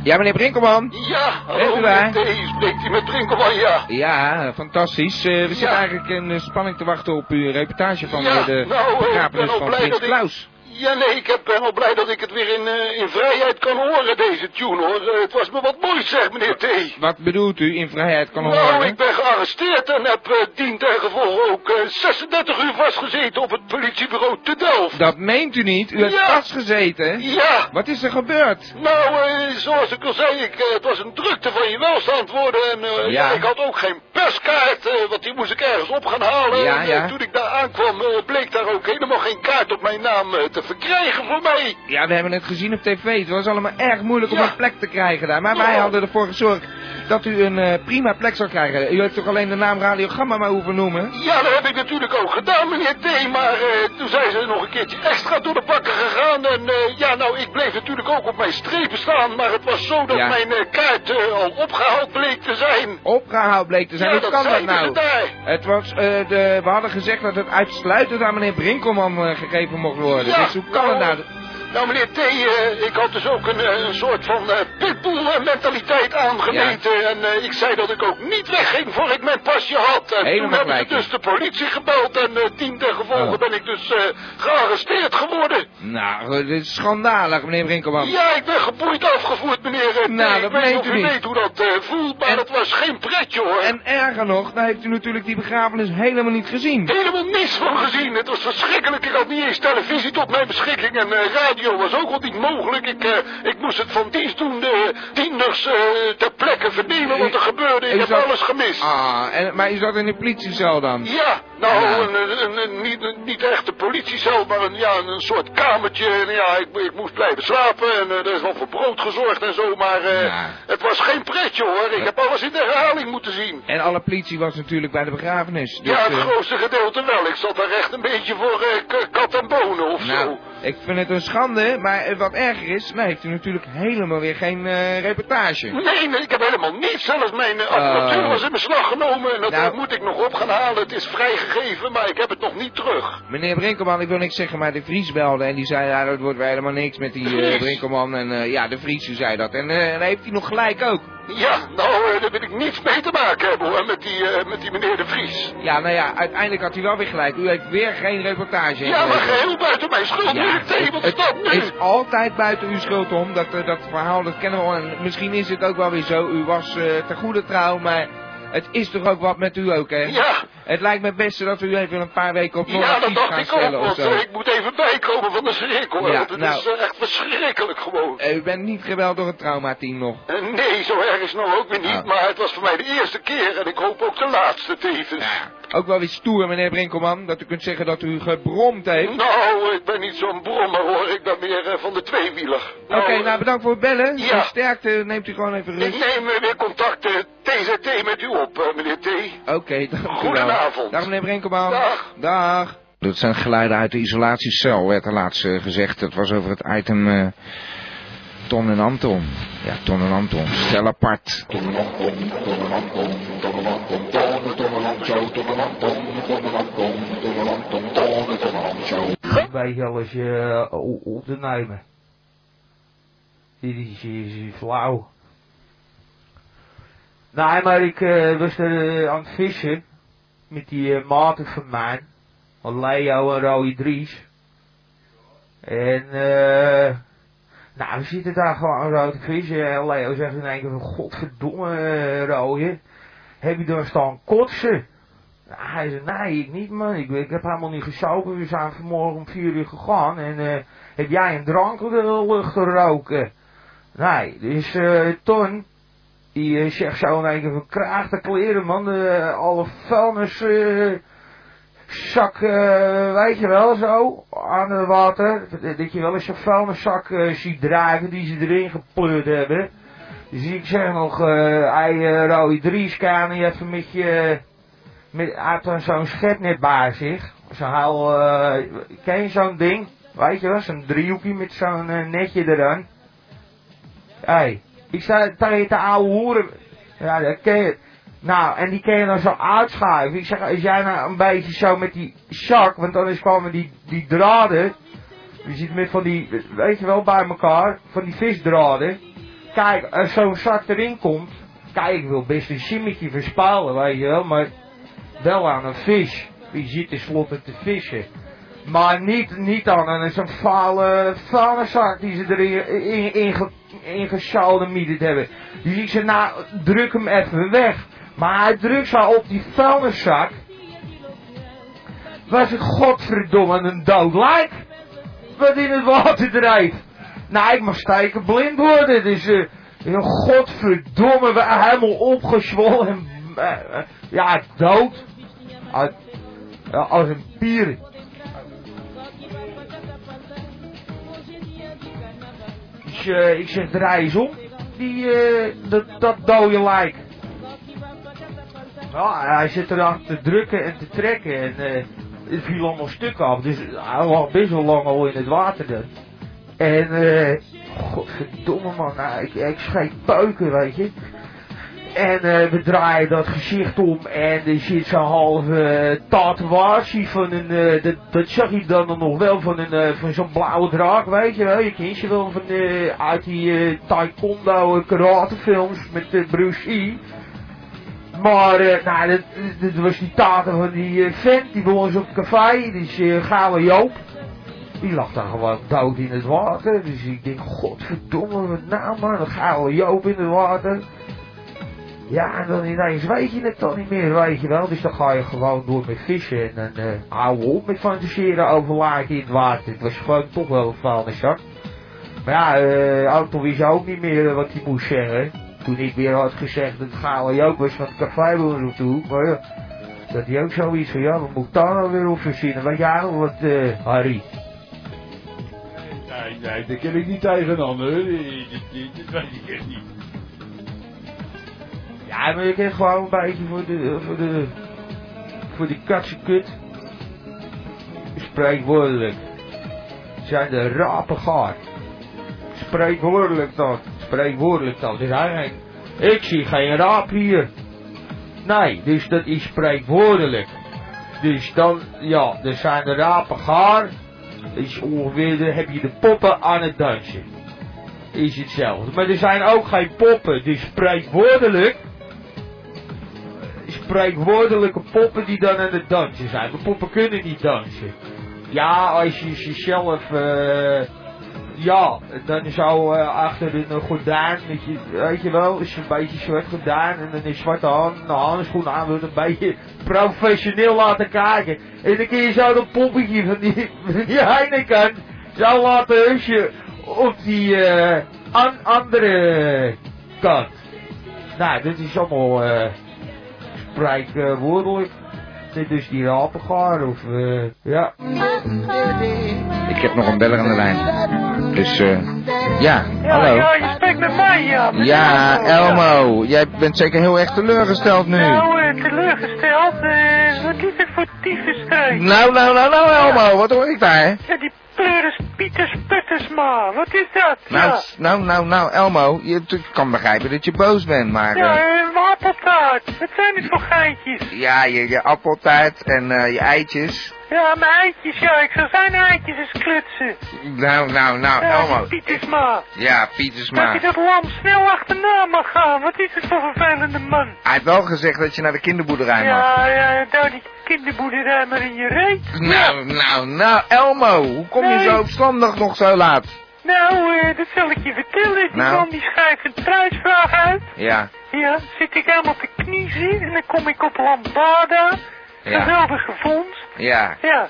B: Ja, meneer Brinkelman.
I: Ja,
B: Bent
E: oh,
B: u daar?
I: Hey, spreekt u met Trinkelman, ja.
B: Ja, fantastisch. Eh, we zitten
I: Ja.
B: eigenlijk in eh, spanning te wachten op uw reportage van
I: Ja,
B: eh, de
I: nou, eh, ik ben
B: begrafenis
I: al
B: van
I: blij
B: Prins
I: dat ik-
B: Klaus.
E: Ja, nee, ik heb, ben wel blij dat ik het weer in, eh, in vrijheid kan horen, deze tune, hoor. Eh, het was me wat moois, zeg, meneer T.
B: Wat bedoelt u in vrijheid kan
E: Nou,
B: horen?
E: ik ben gearresteerd en heb eh dien gevolg ook eh, 36 uur vastgezeten op het politiebureau te Delft.
B: Dat meent u niet? U hebt
E: Ja.
B: vastgezeten?
E: Ja.
B: Wat is er gebeurd?
E: Nou, eh, zoals ik al zei, ik, eh, het was een drukte van je welstand worden en eh,
B: Ja.
E: ik had ook geen perskaart, eh, want die moest ik ergens op gaan halen.
B: Ja,
E: en, eh,
B: ja.
E: toen ik daar aankwam eh, bleek daar ook helemaal geen kaart op mijn naam eh, te verkrijgen voor mij.
B: Ja, we hebben het gezien op tv. Het was allemaal erg moeilijk om
E: Ja.
B: een plek te krijgen daar. Maar wij
E: Ja.
B: hadden ervoor gezorgd dat u een eh, prima plek zou krijgen. U heeft toch alleen de naam Radiogramma maar hoeven noemen?
E: Ja, dat heb ik natuurlijk ook gedaan, meneer T. Maar eh, toen zijn ze nog een keertje extra door de bakken gegaan. En eh, ja, nou, ik bleef natuurlijk ook op mijn strepen staan. Maar het was zo dat
B: Ja.
E: mijn eh, kaart eh, al opgehaald bleek te zijn.
B: Opgehaald bleek te zijn.
E: Ja,
B: Hoe
E: dat
B: kan dat
E: zeiden
B: nou?
E: ze daar.
B: Het was, eh, de, we hadden gezegd dat het uitsluitend aan meneer Brinkelman eh, gegeven mocht worden.
E: Ja,
B: dus hoe kan het nou?
E: Nou, meneer T, eh, ik had dus ook een, eh, een soort van eh pitbull-mentaliteit aangemeten. En eh, ik zei dat ik ook niet wegging voor ik mijn pasje had. En
B: Helemaal
E: toen heb
B: gelijk,
E: ik dus
B: ja.
E: de politie gebeld. En eh tien ten gevolge
B: Oh.
E: ben ik dus eh, gearresteerd geworden.
B: Nou, eh, dit is schandalig, meneer Brinkelman.
E: Ja, ik ben geboeid afgevoerd, meneer. eh,
B: Nou,
E: T.
B: dat
E: ik weet
B: meent
E: of
B: u
E: u
B: niet.
E: weet hoe dat eh, voelt, maar
B: En-
E: dat was geen pretje, hoor.
B: En erger nog, nou heeft u natuurlijk die begrafenis helemaal niet gezien.
E: Helemaal niks van gezien. Het was verschrikkelijk. Ik had niet eens televisie tot mijn beschikking. En eh, radio was ook al niet mogelijk. Ik, eh, ik moest het van dienstdoende tieners eh ter plekke vernemen wat er gebeurde. Ik
B: u
E: heb
B: zat-
E: alles gemist.
B: Ah, en, maar u zat in de politiecel dan?
E: Ja, nou,
B: Ja.
E: Een, een- een- niet, een- niet echt de politiecel, maar een, ja, een soort kamertje. En ja, ik, ik moest blijven slapen en eh, er is wel voor brood gezorgd en zo, maar eh,
B: Ja.
E: het was geen pretje hoor. Ik heb alles in de herhaling moeten zien.
B: En alle politie was natuurlijk bij de begrafenis. Dus,
E: Ja, het
B: eh,
E: grootste gedeelte wel. Ik zat daar echt een beetje voor eh, k- kat en bonen of
B: nou,
E: zo.
B: ik vind het een schande, maar eh, wat erger is, nou heeft u natuurlijk helemaal weer geen eh, reportage.
E: Nee, nee, ik heb helemaal niets. Zelfs mijn eh, apparatuur
B: Oh.
E: was in beslag genomen. En dat
B: Nou.
E: moet ik nog op gaan halen. Het is vrijgegeven, maar ik heb het nog niet terug.
B: Meneer Brinkelman, ik wil niks zeggen, maar de Vries belde en die zei, ja, dat wordt weer helemaal niks met die
E: De
B: eh,
E: Vries?
B: Brinkelman. En eh, ja, de Vries die zei dat. En eh, en daar heeft hij nog gelijk ook.
E: Ja, nou, eh, daar wil ik niets mee te maken hebben hoor, met die, eh, met die meneer De Vries.
B: Ja, nou ja, uiteindelijk had hij wel weer gelijk. U heeft weer geen reportage.
E: Ja, maar
B: ingeleverd.
E: geheel buiten mijn schuld, meneer T. Wat is
B: het
E: dat nu?
B: is altijd buiten uw schuld om. Dat, eh, dat verhaal, dat kennen we al. En misschien is het ook wel weer zo. U was eh ten goede trouw, maar het is toch ook wat met u ook, hè?
E: Ja,
B: Het lijkt me het beste dat u even een paar weken op
E: ja, dat
B: non-actief
E: dacht
B: gaat
E: ik ook,
B: stellen of
E: want
B: zo.
E: eh, ik moet even bijkomen van de schrik hoor.
B: Ja,
E: want het
B: nou.
E: is eh, echt verschrikkelijk gewoon.
B: Eh, U bent niet geweld door het traumateam nog.
E: Eh, Nee, zo erg is het nou ook weer niet,
B: Nou.
E: maar het was voor mij de eerste keer en ik hoop ook de laatste tevens.
B: Ook wel weer stoer, meneer Brinkelman, dat u kunt zeggen dat u gebromd heeft.
E: Nou, ik ben niet zo'n brommer hoor, ik ben meer eh, van de tweewieler.
B: Oké, nou dus- bedankt voor het bellen.
E: Ja.
B: En sterkte, neemt u gewoon even
E: Ik
B: rust.
E: neem eh, weer contact eh, TZT met u op, eh, meneer T.
B: Oké, dank u wel.
E: Goedenavond.
B: Dag meneer Brinkelman.
E: Dag.
B: Dag. Dat zijn geluiden uit de isolatiecel, werd er laatst eh, gezegd. Dat was over het item eh, Ton en Anton. Ja, Ton en Anton, stel apart.
J: bij zelfs eh, o- op te nemen. Dit is, is, is flauw. Nee, maar ik eh, was er eh, aan het vissen. Met die eh, maten van mij. Van Leo en Roy Dries. En eh. Nou, we zitten daar gewoon zo te vissen. En Leo zegt in één keer van godverdomme eh, Roy. Heb je daar staan kotsen? Nou, Hij zei, nee, ik niet man, ik, ik heb helemaal niet gesopen, we zijn vanmorgen om vier uur gegaan en eh, heb jij een drank in de lucht geroken? Nee, dus eh, Ton, die eh, zegt zo in één keer van kraag de kleren man, eh, alle vuilnis, eh, zak, eh, weet je wel zo, aan het water, dat je wel eens een vuilniszak eh, ziet drijven die ze erin gepleurd hebben. Dus ik zeg nog, eh hij uh, Roy Dries, kan je even met je... Met, hij had dan zo'n schepnet bij zich. Zo'n heel, eh, ken je zo'n ding? Weet je wel, zo'n driehoekje met zo'n eh, netje eraan. Hé, hey, ik sta tegen de oude hoeren. Ja, dat ken je. Nou, en die ken je dan zo uitschuiven. Ik zeg, als jij nou een beetje zo met die zak, want dan is gewoon met die, die draden. Je ziet met van die, weet je wel, bij elkaar, van die visdraden. Kijk, als zo'n zak erin komt, kijk, ik wil best een simmetje verspalen, weet je wel, maar wel aan een vis. Wie zit tenslotte te vissen? Maar niet, niet dan een zo'n vale vuilniszak die ze erin in, in, ingeschaldemiederd hebben. Dus ik zei, nou, druk hem even weg. Maar hij drukt zo op die vuilniszak. Was ik godverdomme een dood lijk. Wat in het water drijft. Nou, ik mag stijken blind worden. Dus, eh, godverdomme, we- helemaal opgezwollen. En, eh, eh, ja, dood. Uit- ja, als een pier. Ik, eh, ik zeg, draai eens om. Die, eh, dat, dat dode lijk. Ja, hij zit eraan te drukken en te trekken. En eh, het viel allemaal stukken af. Dus hij lag best wel lang al in het water dan. En, eh, godverdomme man, nou, ik, ik schreef peuken, weet je. En eh, we draaien dat gezicht om en er zit zo'n halve eh, tatoeage van een, eh, dat, dat zag je dan nog wel van, een, eh, van zo'n blauwe draak, weet je wel. Je kent ze wel van, eh, uit die eh, taekwondo eh, karatefilms met eh, Bruce Lee. Maar, eh, nou, dat, dat was die tater van die eh, vent, die bij ons op café, die is eh, Gouden Joop. Die lag daar gewoon dood in het water. Dus ik denk, godverdomme, wat nou man, een Gouden Joop in het water. Ja, en dan ineens weet je het dan niet meer, weet je wel. Dus dan ga je gewoon door met vissen en dan eh, houden we op met fantaseren over laken in het water. Het was gewoon toch wel een vuilniszak. Maar ja, eh Anton wist ook niet meer eh, wat hij moest zeggen. Toen ik weer had gezegd dat Galen Joop was van het café bij ons op de hoek. Maar ja, dat hij ook zoiets van, ja, we moeten daar nou weer op verzinnen. Weet jij nog wat, eh, Harry?
K: Nee, nee, dat kan ik niet tegen aan, hoor. Die- die- die- Dat weet ik echt niet.
J: Ja, maar ik heb gewoon een beetje voor de, voor de, voor die katse kut. Spreekwoordelijk. Zijn de rapen gaar. Spreekwoordelijk dat. Spreekwoordelijk dat. Dus eigenlijk, ik zie geen raap hier. Nee, dus dat is spreekwoordelijk. Dus dan, ja, er zijn de rapen gaar. Is ongeveer, de- heb je de poppen aan het dansen. Is hetzelfde. Maar er zijn ook geen poppen, dus spreekwoordelijk spreekwoordelijke poppen die dan aan het dansen zijn. Maar poppen kunnen niet dansen. Ja, als je jezelf... eh, ja, dan zo eh, achter een gordijn, met je, weet je wel, is een beetje zwart gordijn en dan is zwarte hand, nou, handschoenen aan, wil het een beetje professioneel laten kijken. En dan kun je zo dat poppetje van die, van die Heineken zo laten husje op die eh, an- andere kant. Nou, dit is allemaal... eh, spreekwoordelijk. eh, Dit is die rapengaar of eh, ja.
B: Ik heb nog een beller aan de lijn. Dus, eh, ja, hallo.
L: je spreekt met mij, ja. met
B: Ja,
L: Elmo, ja.
B: Elmo, jij bent zeker heel erg teleurgesteld nu.
L: Nou, eh, teleurgesteld. eh, wat is er voor tyfusstrijd?
B: Nou, nou, nou, nou, Elmo, wat hoor ik daar?
L: Ja, die pleuris Pieters Puttersma. Wat is dat?
B: Nou,
L: ja.
B: s- nou, nou, nou, Elmo, je, ik kan begrijpen dat je boos bent, maar... eh,
L: Ja, een appeltaart. Wat zijn dit voor geintjes?
B: ja, je, je appeltaart en eh, je eitjes.
L: Ja, mijn eitjes, ja. Ik zou zijn eitjes eens klutsen.
B: Nou, nou, nou,
L: Ja, die
B: Elmo.
L: Pietersma.
B: Ja, Pietersma.
L: Dat je dat lam snel achterna mag gaan. Wat is het voor vervelende man?
B: Hij heeft wel gezegd dat je naar de kinderboerderij mag.
L: Ja, ja, daar die kinderboerderij maar in je reet.
B: Nou, nou, nou, Elmo, hoe kom je
L: Nee.
B: zo opstandig nog zo laat?
L: Nou, eh, dat zal ik je vertellen. Die
B: Nou.
L: man die schrijft een prijsvraag uit.
B: Ja,
L: Ja, zit ik helemaal te kniezen en dan kom ik op Lambada.
B: ja,
L: Geweldige vondst.
B: ja.
L: Ja.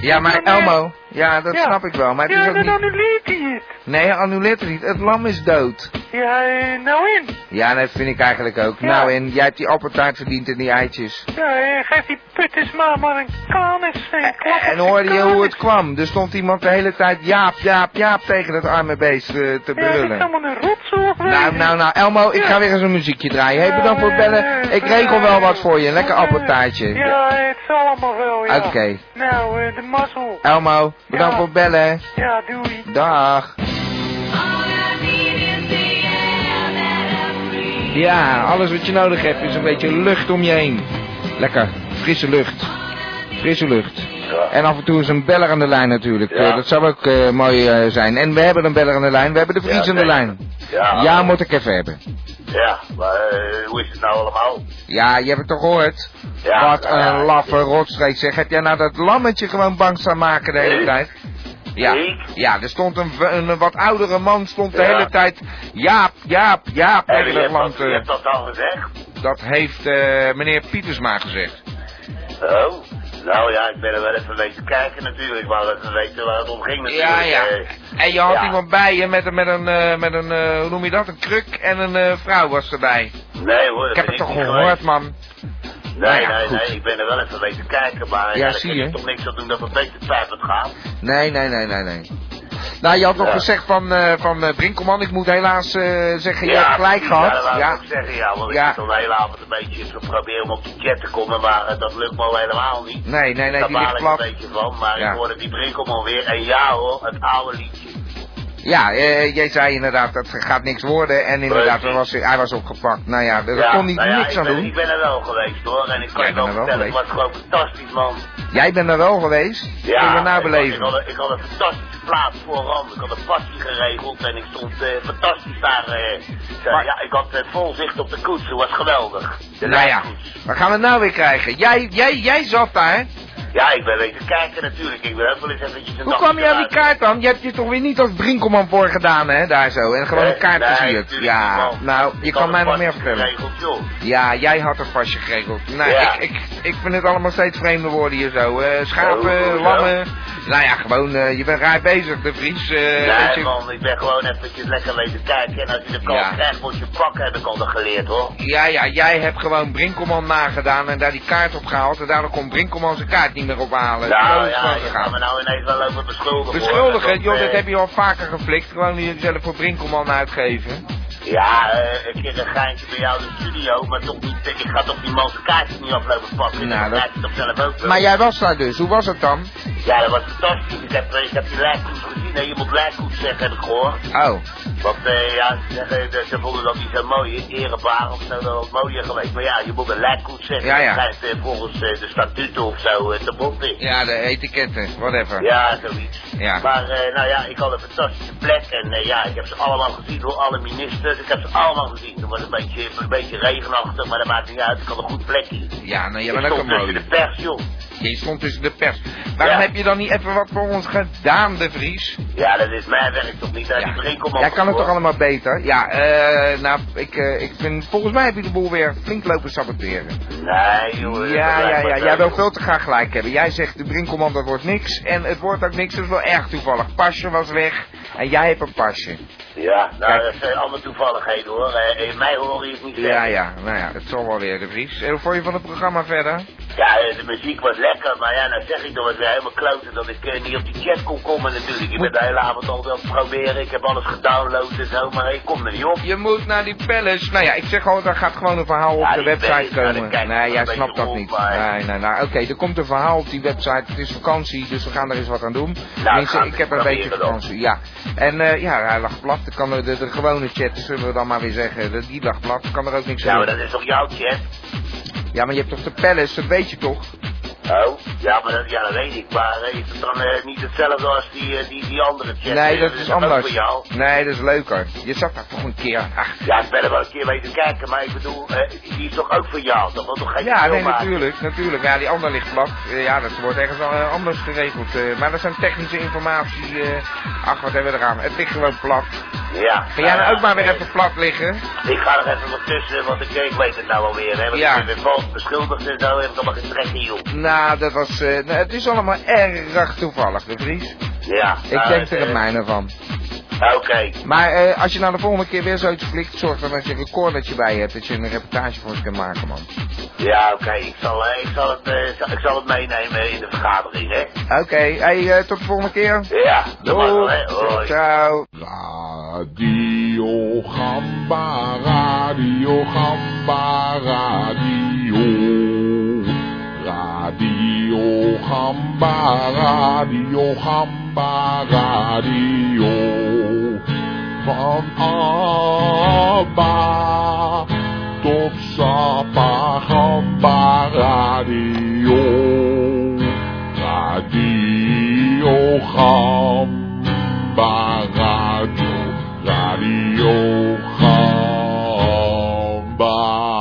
B: Ja, maar
L: Dan, eh,
B: Elmo, ja, dat
L: ja.
B: snap ik wel, maar het
L: ja, nou,
B: is ook
L: dan
B: niet...
L: annuleert hij het.
B: Nee, annuleert het niet. Het lam is dood.
L: Ja, eh, nou in.
B: Ja, dat vind ik eigenlijk ook.
L: Ja.
B: Nou, en jij hebt die appeltaart verdiend en die eitjes.
L: Ja, eh, geef die putters maar maar een kanus. En, klap op
B: En
L: zijn
B: hoorde je hoe het
L: kanus.
B: kwam? Er stond iemand de hele tijd Jaap, Jaap, Jaap tegen dat arme beest eh, te
L: Ja, dat is
B: brullen.
L: allemaal een rotzooi.
B: Nou, nou, nou, Elmo, ik
L: Ja.
B: ga weer eens een muziekje draaien. Hey,
L: Ja,
B: bedankt voor het bellen.
L: eh,
B: Ik regel wel wat voor je.
L: eh,
B: Lekker
L: eh,
B: appeltaartje.
L: Ja, eh, het zal allemaal wel, ja.
B: Oké.
L: Nou, eh, de mazzel.
B: Elmo, bedankt
L: Ja.
B: voor het bellen.
L: Ja, doei.
B: Dag. Ja, alles wat je nodig hebt is een beetje lucht om je heen. Lekker, frisse lucht. Frisse lucht. En af en toe is een beller aan de lijn natuurlijk.
M: Ja.
B: Eh, dat zou ook eh, mooi eh, zijn. En we hebben een beller aan de lijn. We hebben de Vries
M: Ja,
B: aan de
M: nee.
B: lijn.
M: Ja.
B: ja, moet ik even hebben.
M: Ja, maar eh, hoe is het nou allemaal?
B: Ja, je hebt het toch gehoord?
M: Ja,
B: Wat
M: nou ja,
B: een laffe rotstreek zeg. Heb jij nou dat lammetje gewoon bang staan maken de hele
M: Ik?
B: tijd? Ja, ja, er stond een, v- een, wat oudere man stond de
M: Ja.
B: hele tijd... Jaap, Jaap, Jaap.
M: En
B: tegen
M: wie
B: dat
M: heeft
B: land,
M: dat,
B: eh,
M: wie heeft dat al gezegd?
B: dat heeft eh, meneer Pietersma gezegd.
M: Oh, nou ja, ik ben er wel even mee te kijken natuurlijk, maar dat we weten waar het om ging natuurlijk.
B: Ja, ja.
M: eh.
B: En je had
M: Ja.
B: iemand bij je met, een- met een, eh, met een eh, hoe noem je dat, een kruk en een eh, vrouw was erbij.
M: Nee hoor, dat
B: Ik heb
M: ben
B: het toch
M: niet
B: gehoord,
M: geweest.
B: man. Nou
M: Nee,
B: ja,
M: nee,
B: goed.
M: nee, ik ben er wel even mee te kijken, maar
B: Ja,
M: ja, daar
B: zie
M: kun
B: je.
M: je toch niks aan doen dat het beter tijd het gaat.
B: Nee, nee, nee, nee, nee. Nou, je had nog
M: Ja.
B: gezegd van, eh van eh, Brinkelman, ik moet helaas eh, zeggen, je hebt gelijk
M: precies,
B: gehad.
M: Ja, dat wou
B: ja.
M: ik ook zeggen, ja, want
B: Ja.
M: ik heb al de hele avond een beetje geprobeerd om op de chat te komen, maar eh, dat lukt me al helemaal niet.
B: Nee, nee, nee,
M: Daar
B: die
M: baal
B: ligt
M: ik een
B: plat.
M: beetje van, maar
B: Ja.
M: ik hoorde die Brinkelman weer. En ja hoor, het oude liedje.
B: Ja, eh, jij zei inderdaad, dat gaat niks worden. En inderdaad, er was, hij was opgepakt. Nou ja, daar
M: Ja,
B: kon niet
M: nou ja,
B: niks
M: ik
B: aan
M: ben,
B: doen.
M: Ik ben er wel geweest hoor, en ik kan
B: Jij
M: je wel
B: bent er wel
M: vertellen, het was gewoon fantastisch man.
B: Jij bent er wel geweest.
M: Ja,
B: Kun je
M: Ik,
B: nabeleven.
M: had, ik, had, een- ik had een fantastische plaats voorhand. Ik had een passie geregeld en ik stond eh, fantastisch daar. eh, zo, ja, ik had eh, vol zicht op de koets, het was geweldig. De
B: nou ja, wat gaan we nou weer krijgen? Jij, jij, jij zat daar, hè?
M: Ja, ik ben weten kijken natuurlijk. Ik ben ook wel eens eventjes een
B: Hoe kwam je aan die kaart dan? Je hebt je toch weer niet als Brinkelman voor gedaan, hè? Daar zo. En gewoon een kaart versierd. ja, nou, je kan mij nog meer vertellen. Ja, jij had een pasje geregeld. Nou,
M: Ja.
B: ik, ik, ik vind het allemaal steeds vreemde woorden hier zo. Eh, schapen,
M: Oh, hoezo?
B: lammen. Nou ja, gewoon, eh, je bent raar bezig, de Vries. eh, weet je.
M: nee man, ik ben gewoon eventjes lekker weten kijken. En als je de kans
B: Ja.
M: krijgt, moet je pakken, heb ik al geleerd hoor.
B: Ja, ja, jij hebt gewoon Brinkelman nagedaan en daar die kaart op gehaald. En daardoor kon Brinkelman zijn kaart niet meer ophalen. Zo
M: Nou
B: is het
M: ja,
B: gewoon
M: je
B: gegaan.
M: gaat me nou ineens wel over beschuldigen. hoor.
B: Beschuldigen,
M: Dat,
B: joh,
M: eh,
B: dat heb je al vaker geflikt. Gewoon jezelf voor Brinkelman uitgeven.
M: Ja, eh, een keer een geintje bij jou in de studio, maar toch niet, ik ga toch die man zijn kaartje niet aflopen pakken. Nou,
B: Nou, dat-
M: dat... je toch zelf ook wel.
B: Maar jij was daar dus, hoe was het dan?
M: Ja, dat was fantastisch. Ik heb, eh, ik heb die lijkkoets gezien. Nee, je moet lijkkoets zeggen, heb ik gehoord.
B: Oh,
M: Want eh, ja, ze, zeggen, dat- ze vonden dat niet zo mooi, erebaar of zo, dat was mooier geweest. Maar ja, je moet een lijkkoets zeggen.
B: Ja, ja.
M: Dat schijnt eh, volgens eh, de statuten of zo eh, te bonden.
B: ja, de etiketten, whatever.
M: Ja, zoiets.
B: Ja.
M: Maar eh, nou ja, ik had een fantastische plek en eh, ja, ik heb ze allemaal gezien hoor, alle ministers, ik heb ze allemaal gezien. Het was een beetje, een beetje regenachtig, maar dat maakt niet uit, ik had een goed plekje.
B: Ja, nou, je
M: Ik
B: bent ook een
M: stond tussen de
B: mooi.
M: pers, joh.
B: Je stond tussen de pers. Waarom heb je dan niet even wat voor ons gedaan, de Vries?
M: Ja, dat is mijn werk toch niet, daar die Brinkelman
B: Jij kan het
M: voor.
B: toch allemaal beter? Ja, eh, nou, ik, eh, ik vind, volgens mij heb je de boel weer flink lopen saboteren.
M: Nee, joh. dat
B: Ja,
M: lijkt
B: ja,
M: me
B: ja.
M: zo,
B: Jij wil
M: joh.
B: veel te graag gelijk hebben. Jij zegt de Brinkelman dat wordt niks. En het wordt ook niks. Dat is wel erg toevallig. Pasje was weg. En jij hebt een pasje.
M: Ja, nou,
B: Kijk.
M: dat zijn allemaal toevalligheden hoor. Eh, in mij hoor je het niet
B: Ja,
M: zeggen.
B: ja. Nou ja, het zal wel weer, de Vries. En hoe vond je van het programma verder?
M: Ja, eh, de muziek was lekker, maar ja, nou zeg ik nog, ik ben helemaal kloten dat ik eh, niet op die chat kon komen natuurlijk. Ik ben de hele avond al wel proberen, ik heb alles gedownload en zo, maar ik kom er niet op.
B: Je moet naar die Palace. Nou ja, ik zeg gewoon, daar gaat gewoon een verhaal op
M: Ja,
B: de
M: die
B: website
M: Palace, nou,
B: komen.
M: dan kijk ik
B: nee,
M: wel
B: jij
M: een
B: snapt
M: beetje
B: dat
M: op,
B: niet.
M: maar-
B: Nee, nee, nou, oké, er komt een verhaal op die website. Het is vakantie, dus we gaan er eens wat aan doen. Mensen,
M: gaan Nou, we
B: ik heb een
M: proberen
B: beetje
M: dan.
B: vakantie, ja. En eh, ja, hij lag plat. Dan Kan er, de, de gewone chat, zullen we dan maar weer zeggen, de- die lag plat. Kan er ook niks
M: Ja,
B: aan
M: maar
B: doen.
M: dat is toch jouw chat?
B: Ja, maar je hebt toch de Palace, dat weet je toch?
M: Oh, ja, maar dat, ja, dat weet ik, maar eh, is het dan eh, niet hetzelfde als die, eh, die, die andere chat?
B: nee,
M: Eh,
B: dat is anders.
M: Ook voor jou.
B: Nee, dat is leuker. Je zat daar toch een keer. Ach,
M: Ja, ik ben er wel een keer mee te kijken, maar ik bedoel, eh, die is toch ook voor jou? Dat wordt toch geen
B: Ja,
M: verschil
B: nee,
M: maken?
B: natuurlijk, natuurlijk. Ja, die ander ligt plat. Eh, ja, dat wordt ergens al, eh, anders geregeld. eh, maar dat zijn technische informatie. eh, ach, wat hebben we eraan? Het ligt gewoon plat.
M: Ja.
B: Ga jij nou
M: ja,
B: ook maar weer
M: eh,
B: even plat liggen?
M: Ik ga er even wat tussen, want ik, ik weet het nou alweer. Hè, want
B: Ja.
M: ik ben weer vals beschuldigd en zo heb ik allemaal getrekken, joh.
B: Nou, dat was... eh, nou, het is allemaal erg toevallig, de Vries.
M: Ja.
B: Ik
M: nou,
B: denk er
M: eh,
B: het mijne van.
M: Oké.
B: Maar eh, als je nou de volgende keer weer zoiets flikt, zorg dan dat je een recordertje bij hebt. Dat je een reportage voor ons kunt maken, man.
M: Ja, oké. Ik, zal, eh, ik, zal het, eh, zal- ik zal het meenemen in de vergadering, hè.
B: Oké, hey, eh, tot de volgende keer.
M: Ja, dat mag wel,
B: Doei.
M: hè. Hoi.
B: Ciao.
K: Radio Gamba, Radio Gamba, Radio. Radio Gamba, Radio Gamba, Radio. Van Abba tot Sapa Gamba, Radio. Radio. Gamba Radio, Radio Gamba.